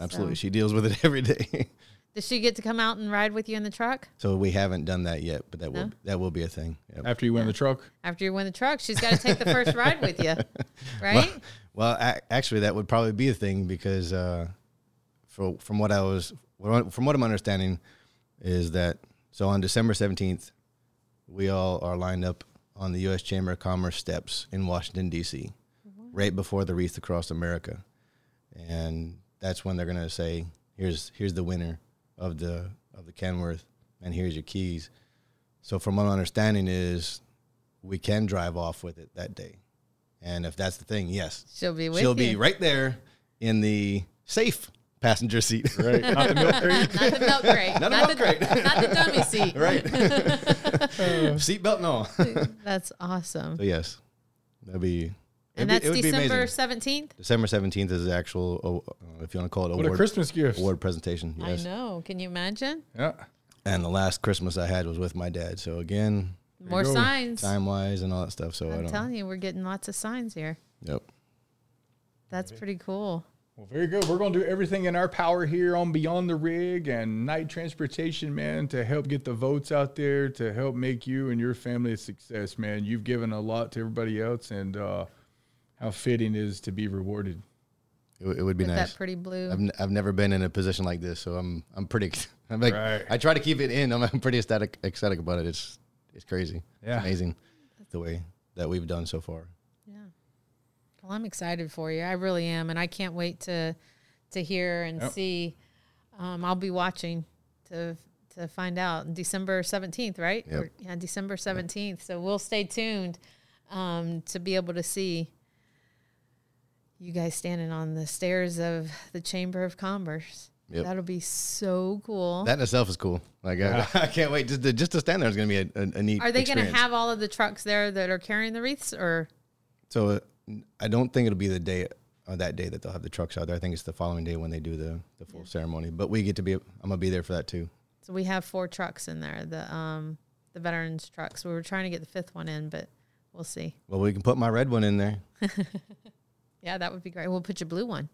Speaker 4: Absolutely.
Speaker 2: So-
Speaker 4: She deals with it every day.
Speaker 2: Does she get to come out and ride with you in the truck?
Speaker 4: So we haven't done that yet, but that will that will be a thing. Yep.
Speaker 1: After you win the truck,
Speaker 2: After you win the truck, she's got to take the first ride with you, right?
Speaker 4: Well, a actually, that would probably be a thing because, uh, for, from what I was, from what I'm understanding, is that so on December 17th, we all are lined up on the U.S. Chamber of Commerce steps in Washington D.C. right before the wreath across America, and that's when they're gonna say, "Here's here's the winner of the of the Kenworth, and here's your keys." So, from what I'm understanding, is we can drive off with it that day, and if that's the thing, yes,
Speaker 2: She'll be with
Speaker 4: She'll
Speaker 2: you.
Speaker 4: be right there in the safe passenger seat.
Speaker 1: right? Not the milk crate.
Speaker 2: Not the milk crate.
Speaker 4: Not a
Speaker 2: the,
Speaker 4: milk crate.
Speaker 2: not the dummy seat.
Speaker 4: right. Seatbelt and all. so
Speaker 2: That's awesome.
Speaker 4: yes, that'd be.
Speaker 2: And
Speaker 4: it'd
Speaker 2: that's
Speaker 4: be- it would be
Speaker 2: December
Speaker 4: amazing.
Speaker 2: 17th.
Speaker 4: December seventeenth is the actual, oh, uh, if you want to call it,
Speaker 1: What a
Speaker 4: award,
Speaker 1: Christmas gift!
Speaker 4: award presentation. Yes.
Speaker 2: I know. Can you imagine?
Speaker 1: Yeah,
Speaker 4: And the last Christmas I had was with my dad. So again,
Speaker 2: More
Speaker 1: go.
Speaker 2: signs.
Speaker 4: time wise and all that stuff. So I
Speaker 2: I'm
Speaker 4: don't.
Speaker 2: telling you, we're getting lots of signs here.
Speaker 4: Yep.
Speaker 2: That's pretty cool.
Speaker 1: Well, very good. We're going to do everything in our power here on Beyond the Rig and Night Transportation, man, to help get the votes out there, to help make you and your family a success, man. You've given a lot to everybody else, and uh, how fitting it is to be rewarded.
Speaker 4: It, w- it would be
Speaker 2: With
Speaker 4: nice.
Speaker 2: that pretty blue.
Speaker 4: I've, n- I've never been in a position like this, so I'm I'm pretty. I'm like
Speaker 1: Right.
Speaker 4: I try to keep it in. I'm, I'm pretty ecstatic ecstatic about it. It's it's crazy.
Speaker 1: Yeah.
Speaker 4: It's amazing the way that we've done so far.
Speaker 2: Yeah. Well, I'm excited for you. I really am, and I can't wait to to hear and
Speaker 1: Yep.
Speaker 2: see. Um, I'll be watching to to find out December 17th, right?
Speaker 4: Yep.
Speaker 2: Or- yeah, December 17th. So we'll stay tuned um, to be able to see you guys standing on the stairs of the Chamber of Commerce.
Speaker 4: Yep.
Speaker 2: That'll be so cool.
Speaker 4: That in itself is cool. Like I, I can't wait just to just to stand there is going to be a, a, a neat.
Speaker 2: Are they going to
Speaker 4: experience.
Speaker 2: have all of the trucks there that are carrying the wreaths, or
Speaker 4: So uh, n- I don't think it'll be the day or that day that they'll have the trucks out there. I think it's the following day when they do the the full ceremony. But we get to be. I'm gonna be there for that too.
Speaker 2: So we have four trucks in there, the um the veterans trucks. We were trying to get the fifth one in, but we'll see.
Speaker 4: Well, we can put my red one in there.
Speaker 2: Yeah, that would be great. We'll put your blue one.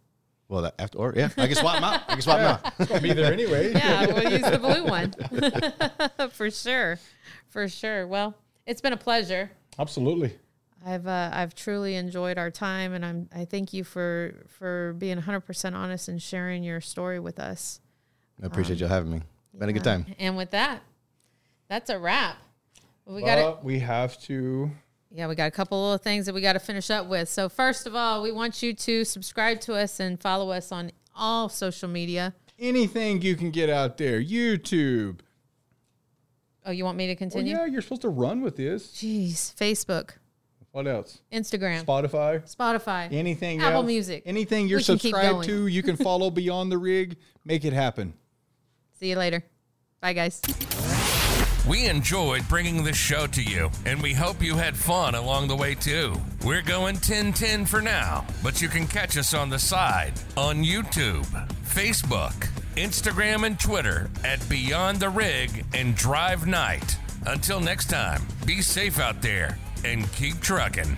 Speaker 4: Well, that after or yeah, I can swap them out. I can swap them out.
Speaker 1: It's going to be there anyway.
Speaker 2: Yeah, we'll use the blue one. For sure. For sure. Well, it's been a pleasure.
Speaker 1: Absolutely.
Speaker 2: I've uh, I've truly enjoyed our time and I'm I thank you for for being 100% honest and sharing your story with us.
Speaker 4: I appreciate you having me. Been a good time.
Speaker 2: And with that, that's a wrap. We got it.
Speaker 1: But we have to.
Speaker 2: Yeah, we got a couple little things that we got to finish up with. So, first of all, we want you to subscribe to us and follow us on all social media.
Speaker 1: Anything you can get out there, YouTube.
Speaker 2: Oh, you want me to
Speaker 1: Well,
Speaker 2: continue?
Speaker 1: yeah, you're supposed to run with this.
Speaker 2: Jeez, Facebook,
Speaker 1: What else?
Speaker 2: Instagram,
Speaker 1: Spotify.
Speaker 2: Spotify.
Speaker 1: anything
Speaker 2: Apple
Speaker 1: else,
Speaker 2: Music.
Speaker 1: anything you're
Speaker 2: We can keep
Speaker 1: subscribed
Speaker 2: going.
Speaker 1: to you can follow beyond the rig make it happen
Speaker 2: See you later. Bye, guys.
Speaker 3: We enjoyed bringing this show to you, and we hope you had fun along the way too. We're going 10 10 for now, but you can catch us on the side on YouTube, Facebook, Instagram, and Twitter at Beyond the Rig and Drive Night. Until next time, be safe out there and keep trucking.